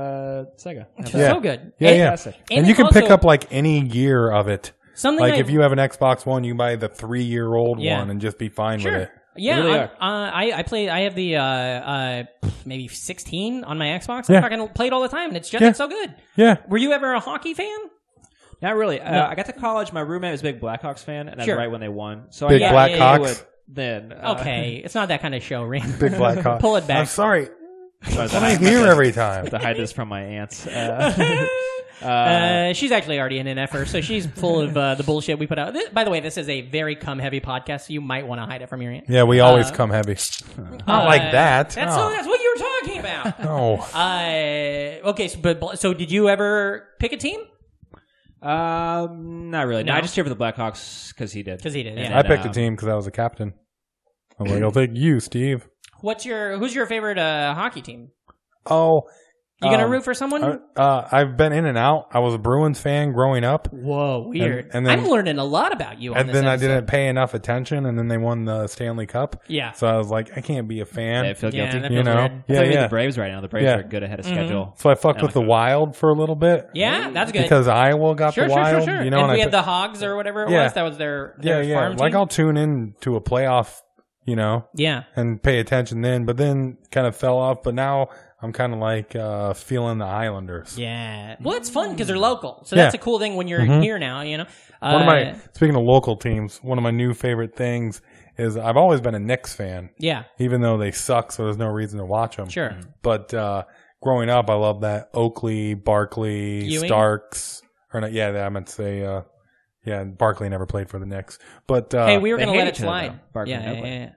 Sega.
It's
Yeah.
Mm-hmm. so good.
Yeah,
And-
yeah.
Classic.
And,
and
you
it's
can pick
also-
up like any year of it.
Something
Like
I-
if you have an Xbox One, you buy the three year old
Yeah.
one and just be fine with it.
Yeah,
really
I'm- uh, I I played. I have the uh, uh, maybe 16 on my Xbox. I
Yeah.
fucking played all the time, and it's just
Yeah.
it's so good.
Yeah.
Were you ever a hockey fan?
Not really. Uh, I got to college. My roommate was a big Blackhawks fan, and
Sure.
I was right when they won. So
Oh,
Big
I
Blackhawks?
got into it Then uh,
Okay, it's not that kind of show, Ram.
Big black hawk.
Pull it back.
I'm sorry.
sorry, that I
I'm
have
here every time.
to hide this from my aunts. Uh,
Uh, she's actually already an NFer, so she's full of uh, the bullshit we put out. This, by the way, this is a very cum heavy podcast, so you might want to hide it from your aunt.
Yeah, we always come heavy. Not like that.
Uh-huh. Uh, That's,
Oh.
that's what you were talking talking about?
No.
Uh, okay, so, but, so did you ever pick a team?
Um, not really. No,
No?
I just cheered for the Blackhawks because he did. uh, Because
he did, yeah.
I picked a team because I was a captain. I'm like, I'll take you, Steve.
What's your who's your favorite uh, hockey team?
Oh,
You gonna
um,
root for someone?
I, uh, I've been in and out. I was a Bruins fan growing up.
Whoa, weird.
And, then,
I'm learning a lot about you. On
and
this
then I
episode.
didn't pay enough attention, and then they won the Stanley Cup.
Yeah.
So I was like, I can't be a fan.
I feel
Yeah,
guilty.
that
you
feels
know,
weird.
I
yeah,
feel like
yeah.
the Braves right now. The Braves
Yeah.
are good ahead of
Mhm.
schedule.
So I fucked
Oh
with the Wild for a little bit.
Yeah, that's good.
Because Iowa got
sure,
the
sure,
Wild.
sure, sure.
You know,
and,
and
we
I
had
put-
the Hogs or whatever it
Yeah.
was. That was their,
yeah,
their
yeah.
farm
Like
team.
I'll tune in to a playoff, you know,
yeah.
and pay attention then. But then kind of fell off. But now I'm kind of like uh, feeling the Islanders.
Yeah. Well, it's fun because they're local, so
Mm. Yeah.
that's a cool thing when you're
Mhm.
here now. You know, uh,
One of my speaking of local teams, one of my new favorite things is I've always been a Knicks fan.
Yeah.
Even though they suck, so there's no reason to watch them.
Sure.
But uh, growing up, I loved that Oakley, Barkley,
Ewing?
Starks, or not, yeah, I meant to say, uh, yeah, Barkley never played for the Knicks. But uh,
hey, we were
they
gonna let
hate
it
each other, though,
slide.
Barkley
yeah,
and
yeah,
Oakley.
yeah, yeah.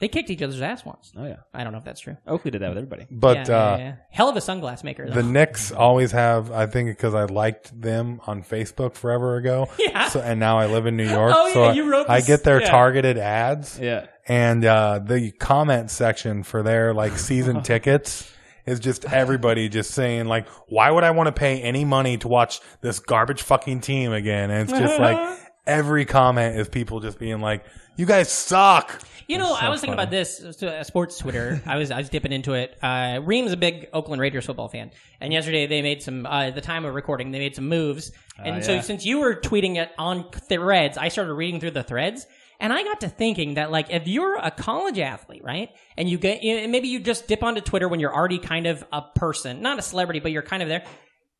They kicked each other's ass once.
Oh yeah,
I don't know if that's true.
Oakley did that with everybody.
but
yeah, yeah,
uh,
yeah. hell of a sunglass maker. Though.
The Knicks always have, I think, because I liked them on Facebook forever ago.
Yeah.
So, and now I live in New York.
Oh,
so
yeah,
I-
you wrote
I
this-
get their
yeah.
targeted ads.
Yeah.
And uh, the comment section for their like season tickets is just everybody just saying like, why would I want to pay any money to watch this garbage fucking team again? And it's just like every comment is people just being like, you guys suck.
You know,
That's so
I was thinking about this so, uh, sports Twitter. I was I was dipping into it. Uh, Reem's a big Oakland Raiders football fan, and yesterday they made some. Uh, at the time of recording, they made some moves,
Uh,
and so
yeah.
since you were tweeting it on threads, I started reading through the threads. And I got to thinking that, like, if you're a college athlete, right, and you get, and maybe you just dip onto Twitter when you're already kind of a person, not a celebrity, but you're kind of there,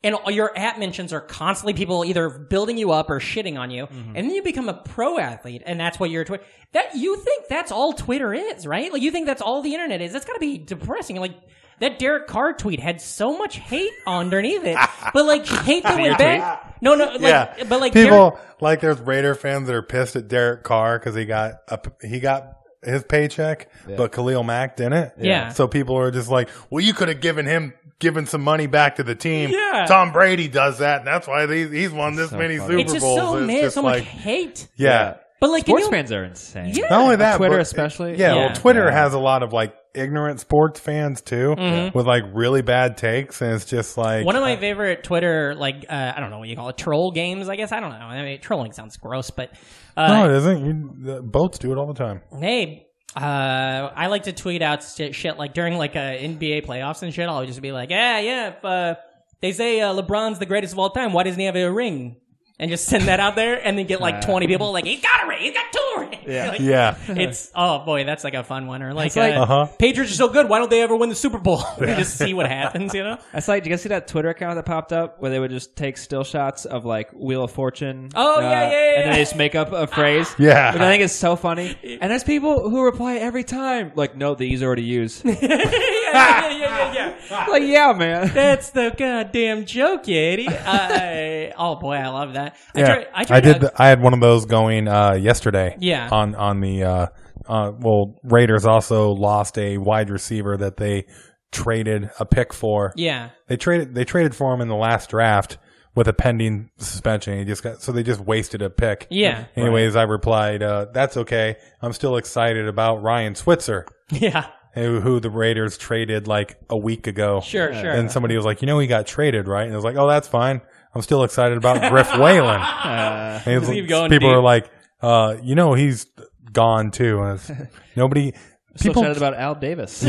and all your at mentions are constantly people either building you up or shitting on you, and then you become a pro athlete, and that's what your Twitter. That you think that's all Twitter is, right? Like you think that's all the internet is. That's got to be depressing. Like that Derek Carr tweet had so much hate underneath it, but like hate that went back. No, no, like,
yeah,
but like
people
Derek-
like there's Raider fans that are pissed at Derek Carr because he got a, he got his paycheck, but Khalil Mack didn't.
Yeah.
so people are just like, well, you could have given him given some money back to the team.
Yeah.
Tom Brady does that, and that's why they, he's won this many Super
it's just
Bowls.
so
it's
mad,
just
so
like,
much hate.
yeah.
But like
Sports
can you,
fans are insane.
Yeah.
Not only that,
Twitter
but-
especially.
Yeah,
Yeah.
well, Twitter
Yeah.
has a lot of like ignorant sports fans too,
Mhm.
with like really bad takes, and it's just like
One of my favorite Twitter, like uh, I don't know what you call it, troll games. I guess I don't know. I mean, trolling sounds gross, but uh,
no, it isn't. You, the boats do it all the time.
hey, uh, I like to tweet out shit, shit like during like uh, NBA playoffs and shit. I'll just be like, yeah, yeah. If, uh, they say uh, LeBron's the greatest of all time. Why doesn't he have a ring? And just send that out there, and then get like twenty people like, he's got a ring, he's got two rings. Yeah,
Uh, Yeah.
It's oh boy, that's like a fun one. Or like,
It's like-
uh,
Uh-huh.
Patriots are so good. Why don't they ever win the Super Bowl? we just see what happens, you know.
That's like, do you guys see that Twitter account that popped up where they would just take still shots of like Wheel of Fortune? uh,
Oh, yeah, yeah, yeah,
And
yeah.
then they just make up a phrase.
Yeah.
Which I think is so funny. And there's people who reply every time, like, no, these are already used. like,
yeah, yeah, yeah, yeah, yeah.
yeah, man.
That's the goddamn joke, you idiot. I, oh boy, I love that. I
Yeah,
tried-
I,
tried
did.
out-
The, I had one of those going uh, yesterday.
Yeah.
On on the uh, uh, well, Raiders also lost a wide receiver that they traded a pick for.
yeah.
They traded they traded for him in the last draft with a pending suspension. He just got so they just wasted a pick.
Yeah.
Anyways, I replied, uh, "That's okay. I'm still excited about Ryan Switzer,
Yeah.
who, who the Raiders traded like a week ago.
Sure, sure.
And somebody was like, "You know, he got traded, right?" And I was like, "Oh, that's fine. I'm still excited about Griff Whalen."
Uh,
And it's
Just keep
like-
going
people
deep.
are like, uh, you know, he's gone too. And it's- nobody,
still
people,
excited about Al Davis.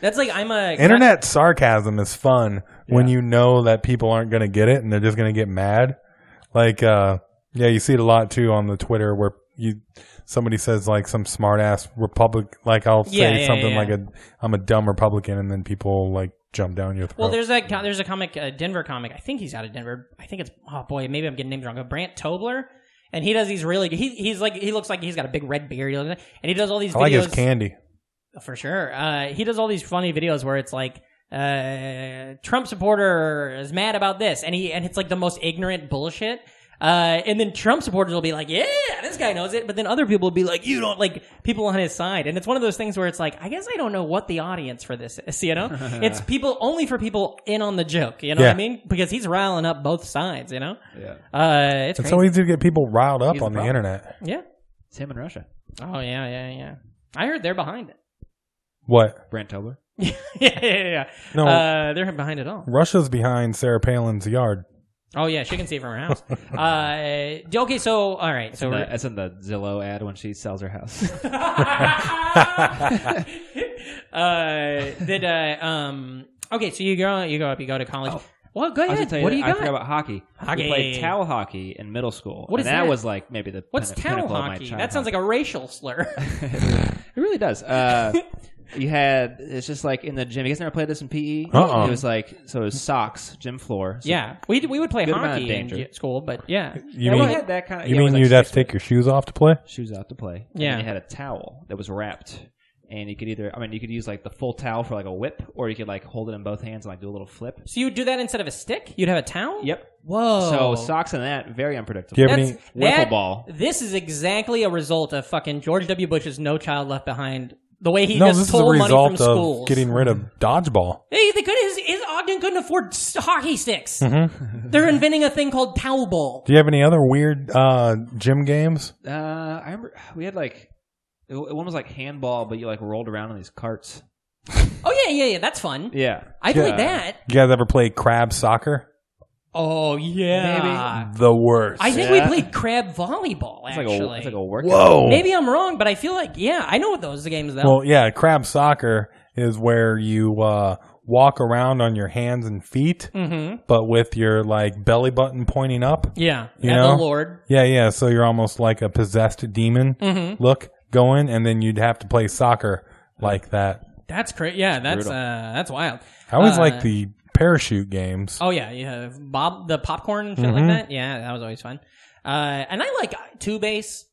That's like I'm a
internet sarcasm is fun when you know that people aren't going to get it and they're just going to get mad. Like, uh, yeah, you see it a lot too on the Twitter where you somebody says like some smart ass Republic, like I'll
Yeah,
say
yeah,
something
yeah.
like a I'm a dumb Republican, and then people like jump down your throat.
Well, there's that co- there's a comic, uh, Denver comic. I think he's out of Denver. I think it's oh boy, maybe I'm getting names wrong. But Brant Tobler, and he does these really. He, he's like he looks like he's got a big red beard, he looks like- and he does all these
I like
videos
his candy.
for sure. Uh, he does all these funny videos where it's like. Uh, Trump supporter is mad about this, and he and it's like the most ignorant bullshit. Uh, and then Trump supporters will be like, "Yeah, this guy knows it," but then other people will be like, "You don't like people on his side." And it's one of those things where it's like, I guess I don't know what the audience for this is. You know, it's people only for people in on the joke. You know
Yeah.
what I mean? Because he's riling up both sides. You know?
Yeah.
Uh, it's
It's so
crazy.
easy to get people riled up
He's
on the,
problem.
internet.
yeah.
It's him in Russia.
Oh yeah, yeah, yeah. I heard they're behind it.
What?
Brent Tobler.
yeah, yeah, yeah, yeah.
No.
uh, they're behind it all.
Russia's behind Sarah Palin's yard.
Oh yeah, she can see it from her house. uh, d- okay, so all right, so
So
we're-
that's in the Zillow ad when she sells her house.
uh, did uh, um okay, so you go you go up, you go to
Oh,
college. Well, go
I was
ahead.
gonna tell you
What do
that
you
I
got?
forgot about hockey.
Hockey.
We played towel hockey in middle school.
What
and
is
that?
that?
was like maybe the
What's
pinna-
towel
pinnacle of my
hockey?
childhood.
That sounds like a racial slur.
it really does. Uh, you had it's just like in the gym. You guys never played this in PE?
Uh-uh.
It was like so it was socks, gym floor. So
yeah, we we would play
Good amount of
hockey in
danger.
j- school, but yeah,
You
Yeah,
mean
we had that
Uh,
kind of,
you
yeah, it was,
mean
like,
you'd have to
six-
take your shoes off to play?
shoes out to play. And
Yeah.
then you had a towel that was wrapped, and you could either I mean you could use like the full towel for like a whip, or you could like hold it in both hands and like do a little flip.
so you would do that instead of a stick. You'd have a towel.
Yep.
Whoa.
So socks and that very unpredictable.
Do you have
That's,
any?
Wiffle
that-
ball.
This is exactly a result of fucking George W. Bush's "No Child Left Behind." The way he
No,
just
this is a
stole money
result
from
of
schools.
getting rid of dodgeball.
Hey, they could his, his Ogden couldn't afford s- hockey sticks. They're inventing a thing called towel ball.
Do you have any other weird uh, gym games?
Uh, I remember we had like it- one was like handball, but you like rolled around on these carts.
Oh yeah, yeah, yeah. That's fun.
Yeah,
I played
Yeah.
that.
You guys ever play crab soccer?
Oh yeah.
The worst.
I think
Yeah.
we played crab volleyball.
it's like
Actually,
a it's like a workout.
Whoa.
maybe I'm wrong, but I feel like yeah, I know what those games though.
Well, yeah, crab soccer is where you uh, walk around on your hands and feet,
mm-hmm.
but with your like belly button pointing up.
Yeah.
You
At
know?
the Lord. Mm-hmm.
Yeah, yeah. So you're almost like a possessed demon
Mm.
look going, and then you'd have to play soccer like that.
That's crazy. Yeah. That's uh,
brutal.
that's wild.
I always
Uh,
like the parachute games.
Oh yeah, yeah. Bob the popcorn and shit
Mm-hmm.
like that. Yeah, that was always fun. Uh, and I like two bass.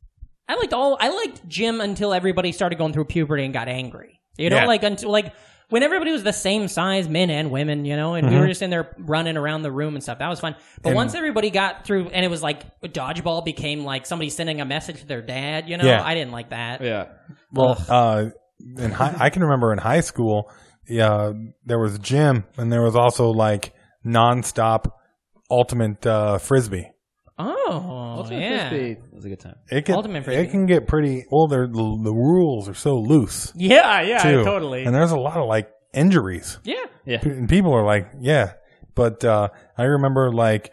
I liked all. I liked gym until everybody started going through puberty and got angry. You know,
Yeah.
like until like when everybody was the same size, men and women. You know, and
Mm-hmm.
we were just in there running around the room and stuff. That was fun. But once everybody got through, and it was like dodgeball became like somebody sending a message to their dad. You know,
Yeah.
I didn't like that.
Yeah,
Well, uh, in high, I can remember in high school, yeah, there was gym, and there was also like nonstop ultimate uh, frisbee.
Oh, yeah.
it was a good time.
It can
Ultimate frisbee.
it can get pretty. Well, they're, the the rules are so loose
Yeah, yeah,
too,
totally.
and there's a lot of like injuries.
yeah.
Yeah,
P- and people are like, yeah. But uh, I remember like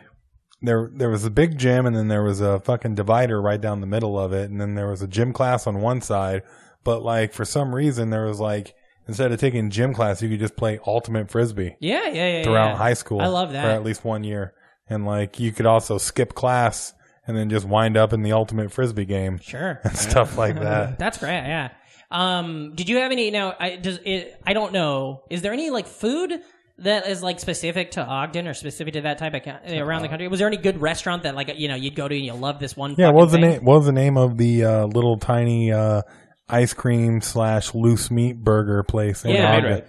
there there was a big gym, and then there was a fucking divider right down the middle of it, and then there was a gym class on one side. But like for some reason, there was like instead of taking gym class, you could just play ultimate frisbee
Yeah, yeah, yeah.
throughout
yeah.
high school.
I love that.
for at least one year, and like you could also skip class and then just wind up in the ultimate frisbee game
Sure.
and stuff like that.
That's great. Yeah. Um, did you have any? Now, I does it, I don't know. Is there any like food that is like specific to Ogden or specific to that type of co- around the country? Was there any good restaurant that like you know you'd go to and you love this one?
Yeah,
fucking
what was the
thing?
name? What was the name of the uh, little tiny uh, ice cream slash loose meat burger place in
Yeah.
Ogden?
Made Right.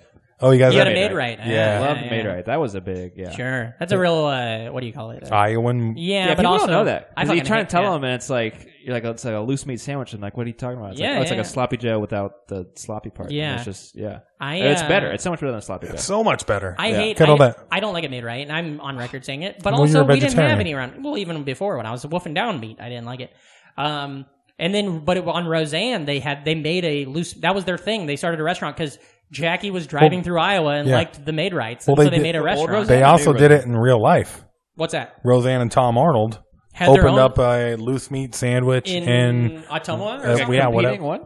Oh, you guys
You got
have
a made
Made
right.
Right.
Yeah,
Yeah.
loved
yeah,
Made
yeah.
Right. That was a big yeah.
Sure, that's a real. Uh, what do you call it? Uh,
Iowan.
yeah,
Yeah,
but
people
also
don't know that.
I
'Cause you
fucking
try
hate-
to tell
yeah.
them, and it's like you're like oh, it's like a loose meat sandwich. and like, what are you talking about? It's
Yeah,
like, oh, it's
yeah,
like
yeah.
a sloppy joe without the sloppy part. And
Yeah.
it's just yeah.
I,
And it's
uh,
better. It's so much better than a sloppy joe.
So much better.
I
Yeah.
hate.
Cut all
I,
that.
I don't like it made right, and I'm on record saying it. But
Well,
also,
you're a
we didn't have
vegetarian.
any around. Well, even before when I was wolfing down meat, I didn't like it. Um, and then, but it, on Roseanne, they had they made a loose. That was their thing. They started a restaurant because Jackie was driving through Iowa and
yeah.
liked the made rights,
Well,
and
they
so they
did-
made a
Old
restaurant.
They
Roseanne
also
do
did
right.
it in real life.
What's that?
Roseanne and Tom Arnold
Had their
opened
own-
up a loose meat sandwich
In,
in,
Ottumwa, or
uh,
something?
yeah,
Competing
whatever.
one.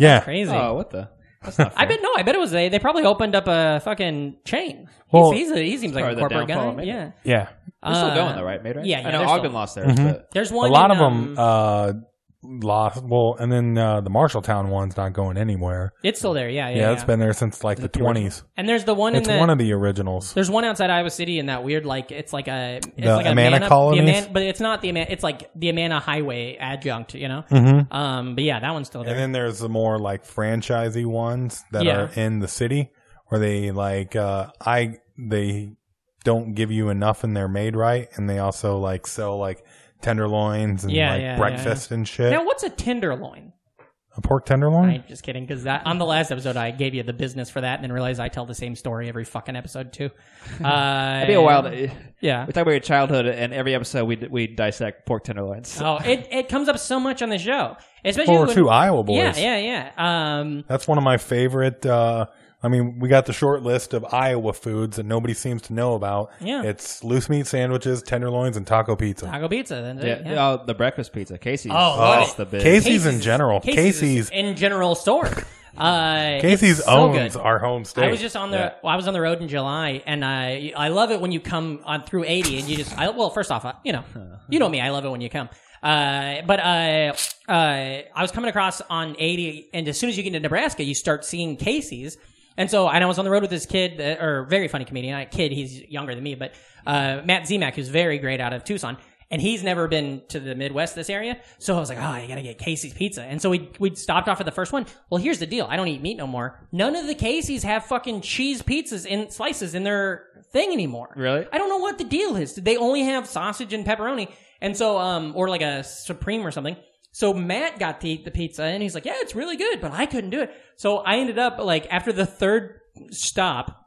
yeah.
crazy.
Oh, what the? That's not
I bet no. I bet it was they. They probably opened up a fucking chain.
Well-
he's, he's a, he seems like a
Probably the
corporate
downfall of
guy.
Made
Yeah,
Yeah.
They're still going
Uh,
though, right? Made right.
yeah, yeah,
I know
they're
Ogden
still-
lost theirs,
Mm-hmm.
but
There's
A
one.
lot
in,
of them
um,
uh, lost. Well, and then uh, the Marshalltown one's not going anywhere.
it's still there. Yeah, yeah.
Yeah, it's been there since like the 20s.
And there's the one
It's
in the
one of the originals.
There's one outside Iowa City in that weird like it's like a it's
The
like a
Amana
the
colonies?
Amana- but it's not the Amana. It's like the Amana Highway adjunct, you know.
Mm-hmm.
Um, but yeah, that one's still
And
there.
then there's the more like franchisey ones that
Yeah.
are in the city where they like uh I they don't give you enough in their made right and they also like sell like tenderloins and
Yeah,
like
yeah, yeah,
breakfast and shit.
Now, what's a tenderloin?
a pork tenderloin?
I'm just kidding, because on the last episode I gave you the business for that, and then realized I tell the same story every fucking episode too. Uh,
It'd be a while. to-
yeah.
We talk about your childhood, and every episode we we dissect pork tenderloins.
Oh, it, it comes up so much on the show, especially
Well, we're
when-
two Iowa boys.
Yeah, yeah, yeah. Um,
That's one of my favorite. Uh, I mean, we got the short list of Iowa foods that nobody seems to know about.
Yeah.
It's loose meat sandwiches, tenderloins, and taco pizza.
taco pizza. Then
Yeah, oh, the breakfast pizza, Casey's.
Oh,
that's
what
the big.
Casey's, in general.
Casey's,
Casey's
is in general store. Uh,
Casey's
it's so
owns
good.
our home state.
I was just on the well, I was on the road in July, and I I love it when you come on through eighty, and you just I, well, first off, I, you know, you know me, I love it when you come. Uh, but uh, uh, I was coming across on eighty, and as soon as you get into Nebraska, you start seeing Casey's. And so, and I was on the road with this kid, uh, or very funny comedian, a kid, he's younger than me, but uh, Matt Zemak, who's very great out of Tucson, and he's never been to the Midwest, this area. So I was like, oh, I gotta get Casey's pizza. And so we we stopped off at the first one. Well, here's the deal: I don't eat meat no more. None of the Casey's have fucking cheese pizzas in slices in their thing anymore.
Really?
I don't know what the deal is. They only have sausage and pepperoni, and so um, or like a supreme or something. So Matt got to eat the pizza, and he's like, "Yeah, it's really good," but I couldn't do it. So I ended up like after the third stop,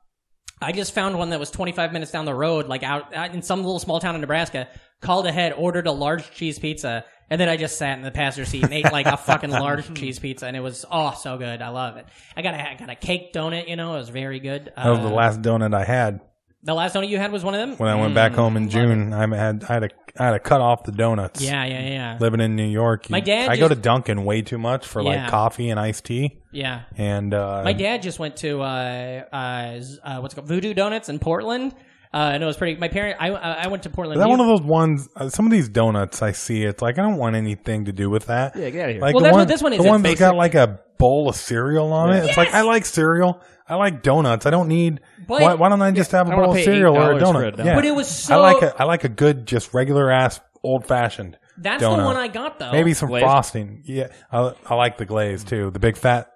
I just found one that was 25 minutes down the road, like out, out in some little small town in Nebraska. Called ahead, ordered a large cheese pizza, and then I just sat in the passenger seat and ate like a fucking large cheese pizza, and it was oh so good. I love it. I got a I got a cake donut, you know, it was very good.
that was the
Uh,
last donut I had
The last donut you had was one of them. Mm.
when I went back home in June. I had I had to I had to cut off the donuts.
Yeah, yeah, yeah,
Living in New York,
My
you-
dad
I go to
just-
Dunkin' way too much for
Yeah.
like coffee and iced tea.
yeah.
And uh,
My dad just went to uh, uh, z- uh, what's it called Voodoo Donuts in Portland, uh, and it was pretty. My parent, I I went to
Is
Portland.
that
You-
one of those ones? Uh, some of these donuts I see, it's like I don't want anything to do with that.
Yeah, get out of here.
Like
Well,
the
that's
one,
what this one is.
The
It's
one that's got
basic-
like a bowl of cereal on it. It's like I like cereal. I like donuts. I don't need.
But-
why, why don't I just have a
I wanna
bowl of
pay
cereal or a
$8 for a
donut?
donut.
Yeah.
But it was
I like
so-
a I like a good just regular ass old fashioned.
That's the one I got though.
Maybe some
Glazed?
frosting. Yeah, I, I like the glaze too. The big fat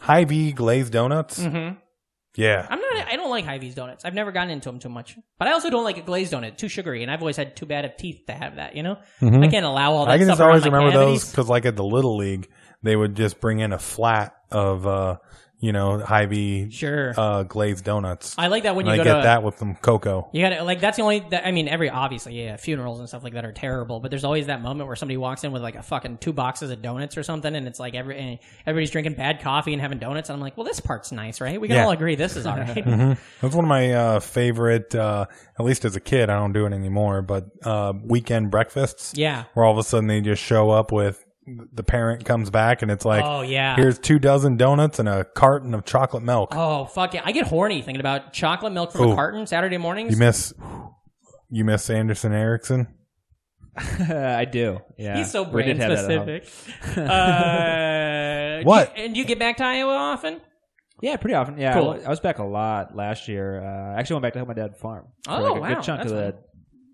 high V glazed donuts.
Mhm.
Yeah,
I'm not. I don't like Hy-Vee's donuts. I've never gotten into them too much. But I also don't like a glazed donut, too sugary, and I've always had too bad of teeth to have that. You know, I can't allow all that.
Mm-hmm. I can
stuff
just
around
always
my
remember
cavities.
those because, like at the little league, they would just bring in a flat of, uh, you know, Hy-Vee
Sure.
uh, glazed donuts.
I like that when
And
you
I
go
get
to
that with some cocoa.
You gotta like that's the only. That, I mean, every obviously, yeah, funerals and stuff like that are terrible. But there's always that moment where somebody walks in with like a fucking two boxes of donuts or something, and it's like every and everybody's drinking bad coffee and having donuts, and I'm like, well, this part's nice, right? We can
Yeah. Mm-hmm.
all agree this is all right.
That's one of my uh, favorite, uh, at least as a kid. I don't do it anymore, but uh, weekend breakfasts.
Yeah.
where all of a sudden they just show up with the parent comes back and it's like,
Oh, yeah.
here's two dozen donuts and a carton of chocolate milk.
Oh fuck yeah! I get horny thinking about chocolate milk from a
Ooh.
carton Saturday mornings.
You miss, you miss Anderson Erickson.
I do. Yeah,
He's so
We did
brand
have that at home.
specific. uh,
What?
do you- and do you get back to Iowa often?
Yeah, pretty often. Yeah,
Cool.
I was- I was back a lot last year. Uh, I actually went back to help my dad farm. for,
Oh,
like a
wow,
Good chunk
that's
of the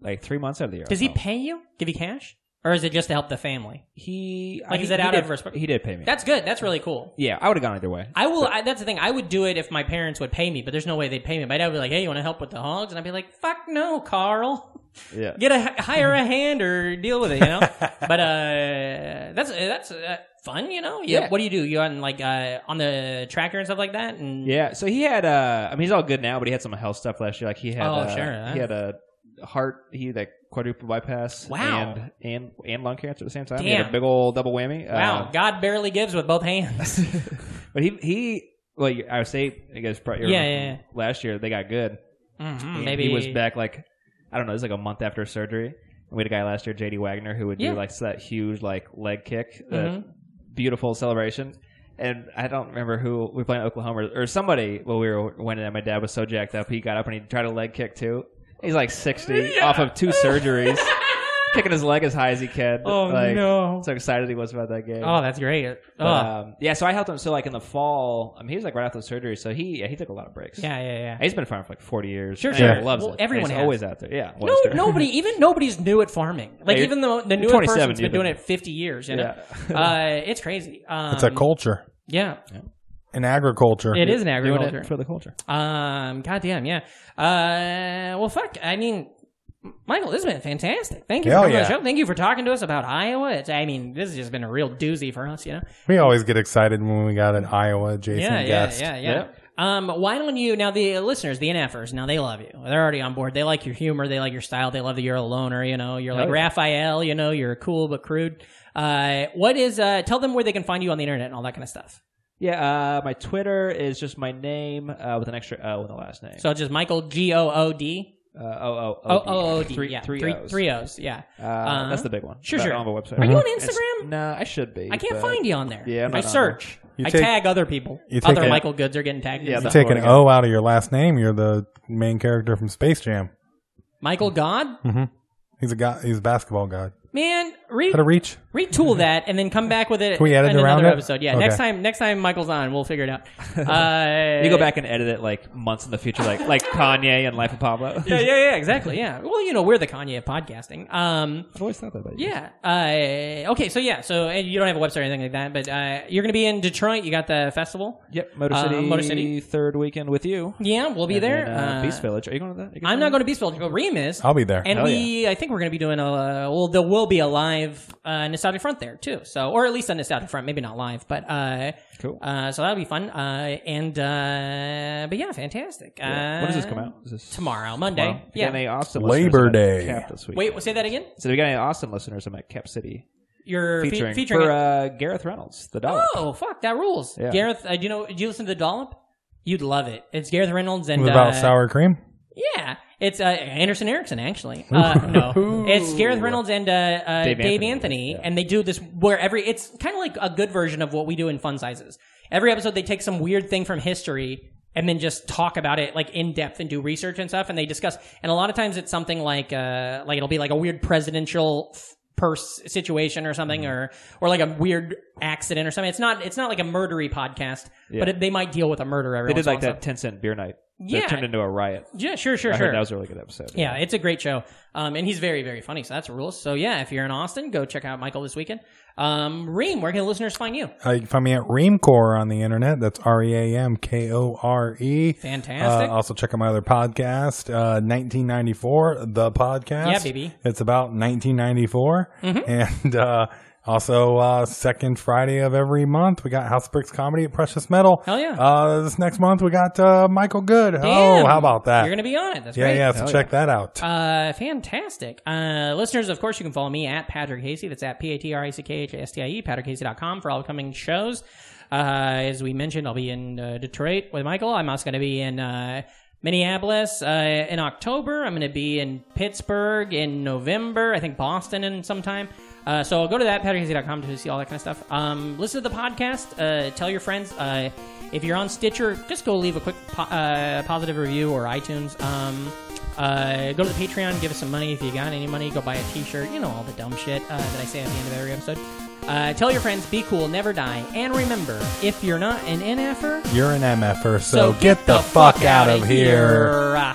like three months out of the year.
Does he
So-
pay you? Give you cash, or is it just to help the family?
He
Like,
he-
is that
he
out
did-
of respect?
He did pay me.
That's good. That's really cool.
yeah, I would have gone either way.
I will. I, that's the thing. I would do it if my parents would pay me, but there's no way they'd pay me. My dad would be like, "Hey, you want to help with the hogs?" And I'd be like, "Fuck no, Carl.
Yeah.
Get a hire a hand or deal with it." You know. but uh, that's that's uh, fun. You know. Yeah.
Yeah.
What do you do? You on like uh, on the tracker and stuff like that? And
Yeah, so he had. Uh, I mean, he's all good now, but he had some health stuff last year. Like he had.
Oh,
uh,
sure, huh?
He had a heart. He like quadruple bypass.
Wow.
And and and lung cancer at the same time. He had
Damn.
a big old double whammy.
wow,
Uh,
God barely gives with both hands.
but he he well, I would say I guess probably
Yeah, yeah, yeah.
last year they got good.
Mhm,
And
maybe
he was back like I don't know, it was like a month after surgery. And we had a guy last year, JD Wagner, who would
Yeah.
do like that huge like leg kick,
Mhm.
that beautiful celebration. And I don't remember who we were playing Oklahoma or somebody. Well, we were winning, and my dad was so jacked up, he got up and he tried a leg kick too. He's like sixty off of two surgeries, kicking his leg as high as he can.
Oh,
like,
no.
So excited he was about that game.
Oh, that's great. Oh,
But, um, yeah, so I helped him. So like in the fall, um, he was like right after the surgery, so he yeah, he took a lot of breaks.
yeah, yeah, yeah.
He's been farming for like 40 years.
Sure,
and
sure.
He loves
Well,
it.
everyone
And he's
has.
always out there. Yeah.
No,
Lester.
nobody, even nobody's new at farming. Like
you're-
even the the
you're
newer
27,
person's been
you've
doing
been-
it fifty years. You know, uh, it's crazy. Um,
It's a culture
Yeah,
in agriculture.
it is an
Doing
agriculture.
it for the culture.
Um, goddamn, yeah. Uh, well, fuck. I mean, Michael, this has been fantastic. Thank you
Hell
for coming on
yeah.
the show. Thank you for talking to us about Iowa. It's, I mean, this has just been a real doozy for us, you know?
We always get excited when we got an Iowa Jason
yeah, yeah,
guest.
yeah, yeah, Um, why don't you now the listeners, the NFers, now they love you. They're already on board. They like your humor. They like your style. They love that you're a loner. You know, you're like
Oh, yeah.
Raphael. You know, you're cool but crude. Uh, what is? Uh, tell them where they can find you on the internet and all that kind of stuff.
Yeah, uh, my Twitter is just my name uh, with an extra O in the last name.
So just Michael G O O D.
uh, O O
Oh,
O
oh, oh, D,
three
yeah,
three
three-
O's.
three O's, yeah.
Uh,
Uh-huh.
that's the big one.
Sure,
But
sure.
On the website.
Are you on
It's-
Instagram?
Nah, I should be.
I can't
but-
find you on there.
Yeah, I'm
I
not on
search.
You
I
take-
tag other people.
you take
Other
a-
Michael Goods are getting tagged.
Yeah,
Yeah,
You
that's
take
what
an
I
O out of your last name, you're the main character from Space Jam.
Michael God,
hmm He's a guy. He's a basketball god.
man, re-
How to reach?
retool that and then come back with it
Can we edit
in
around
another
it?
episode. Yeah,
Okay.
next time, next time Michael's on, we'll figure it out. Uh,
You go back and edit it like months in the future, like like Kanye and Life of Pablo.
Yeah, yeah, yeah, exactly. Yeah. Well, you know, we're the Kanye of podcasting. Um,
I've always thought that about you.
yeah. Uh, okay. So yeah. So and you don't have a website or anything like that, but uh, you're gonna be in Detroit. You got the festival.
Yep, Motor
Uh,
City,
Motor City.
third weekend with you.
Yeah, we'll be
And
there.
then, uh,
Uh,
Beast Village. Are you going to that? Are you
I'm not going to Beastville, but Remus.
I'll be there.
And
Hell
we, I think we're going to be doing a well. There will be a live uh, nostalgic front there too. So, or at least a nostalgic front, maybe not live, but uh,
Cool.
Uh, so that'll be fun. Uh, and uh, but yeah, fantastic.
Yeah.
Uh,
when does this come out? Is this
Tomorrow, Monday.
Tomorrow? If you
Yeah.
got Any Austin
Labor
listeners, I'm
Day.
at Cap this week.
Wait, say that again.
So we got any Austin listeners? I'm at Cap City
You're fe-
featuring,
featuring
for
it.
uh, Gareth Reynolds, the dog.
Oh fuck, that rules.
Yeah.
Gareth, uh, do you know? Do you listen to the Dollop? You'd love it. It's Gareth Reynolds and
It was about
uh,
sour cream.
Yeah, it's uh, Anderson Erickson actually. Uh, no, it's Gareth Reynolds and uh, uh, Dave,
Dave
Anthony,
Anthony, yeah.
and they do this where every it's kind of like a good version of what we do in Fun Sizes. Every episode, they take some weird thing from history and then just talk about it like in depth and do research and stuff, and they discuss. And a lot of times, it's something like uh, like it'll be like a weird presidential. F- purse situation or something
Mm-hmm.
or or like a weird accident or something it's not it's not like a murdery podcast but it, they might deal with a murder every
They
once
did
in a
like
while, so-
that 10 cent beer night.
Yeah.
That turned into a riot.
yeah sure sure
I
sure
heard that was a really good episode.
yeah, it's a great show. Um, and he's very, very funny. So that's rules. So yeah, if you're in Austin, go check out Michael this weekend. Um, Reem, where can the listeners find you?
Uh, you can find me at Reamcore on the internet. That's R E A M K O R E.
Fantastic.
Uh, also check out my other podcast, uh, 1994, the podcast.
Yeah, baby. Mm-hmm.
It's about 1994, and uh, also uh, second Friday of every month we got House of Bricks comedy at Precious Metal.
Hell yeah.
Uh, this next month we got uh, Michael Good.
Damn.
Oh, how about that?
You're gonna be on it. That's
yeah,
great.
yeah. So check that out.
Uh, fantastic. Uh, listeners, of course, you can follow me at Patrick Hasey. That's at P A T R I C K H A S T I E, patrickhasey.com for all upcoming shows. Uh, as we mentioned, I'll be in uh, Detroit with Michael. I'm also going to be in uh, Minneapolis uh, in October. I'm going to be in Pittsburgh in November. I think Boston in sometime. Uh, so go to that, patrickhasey.com to see all that kind of stuff. Um, listen to the podcast. Uh, tell your friends. Uh, if you're on Stitcher, just go leave a quick po- uh, positive review or iTunes. Um, uh, go to the Patreon, give us some money if you got any money. Go buy a T-shirt, you know all the dumb shit uh, that I say at the end of every episode. Uh, tell your friends, be cool, never die, and remember, if you're not an NFer,
You're an MFer, so, get, the, fuck, out of here.
here.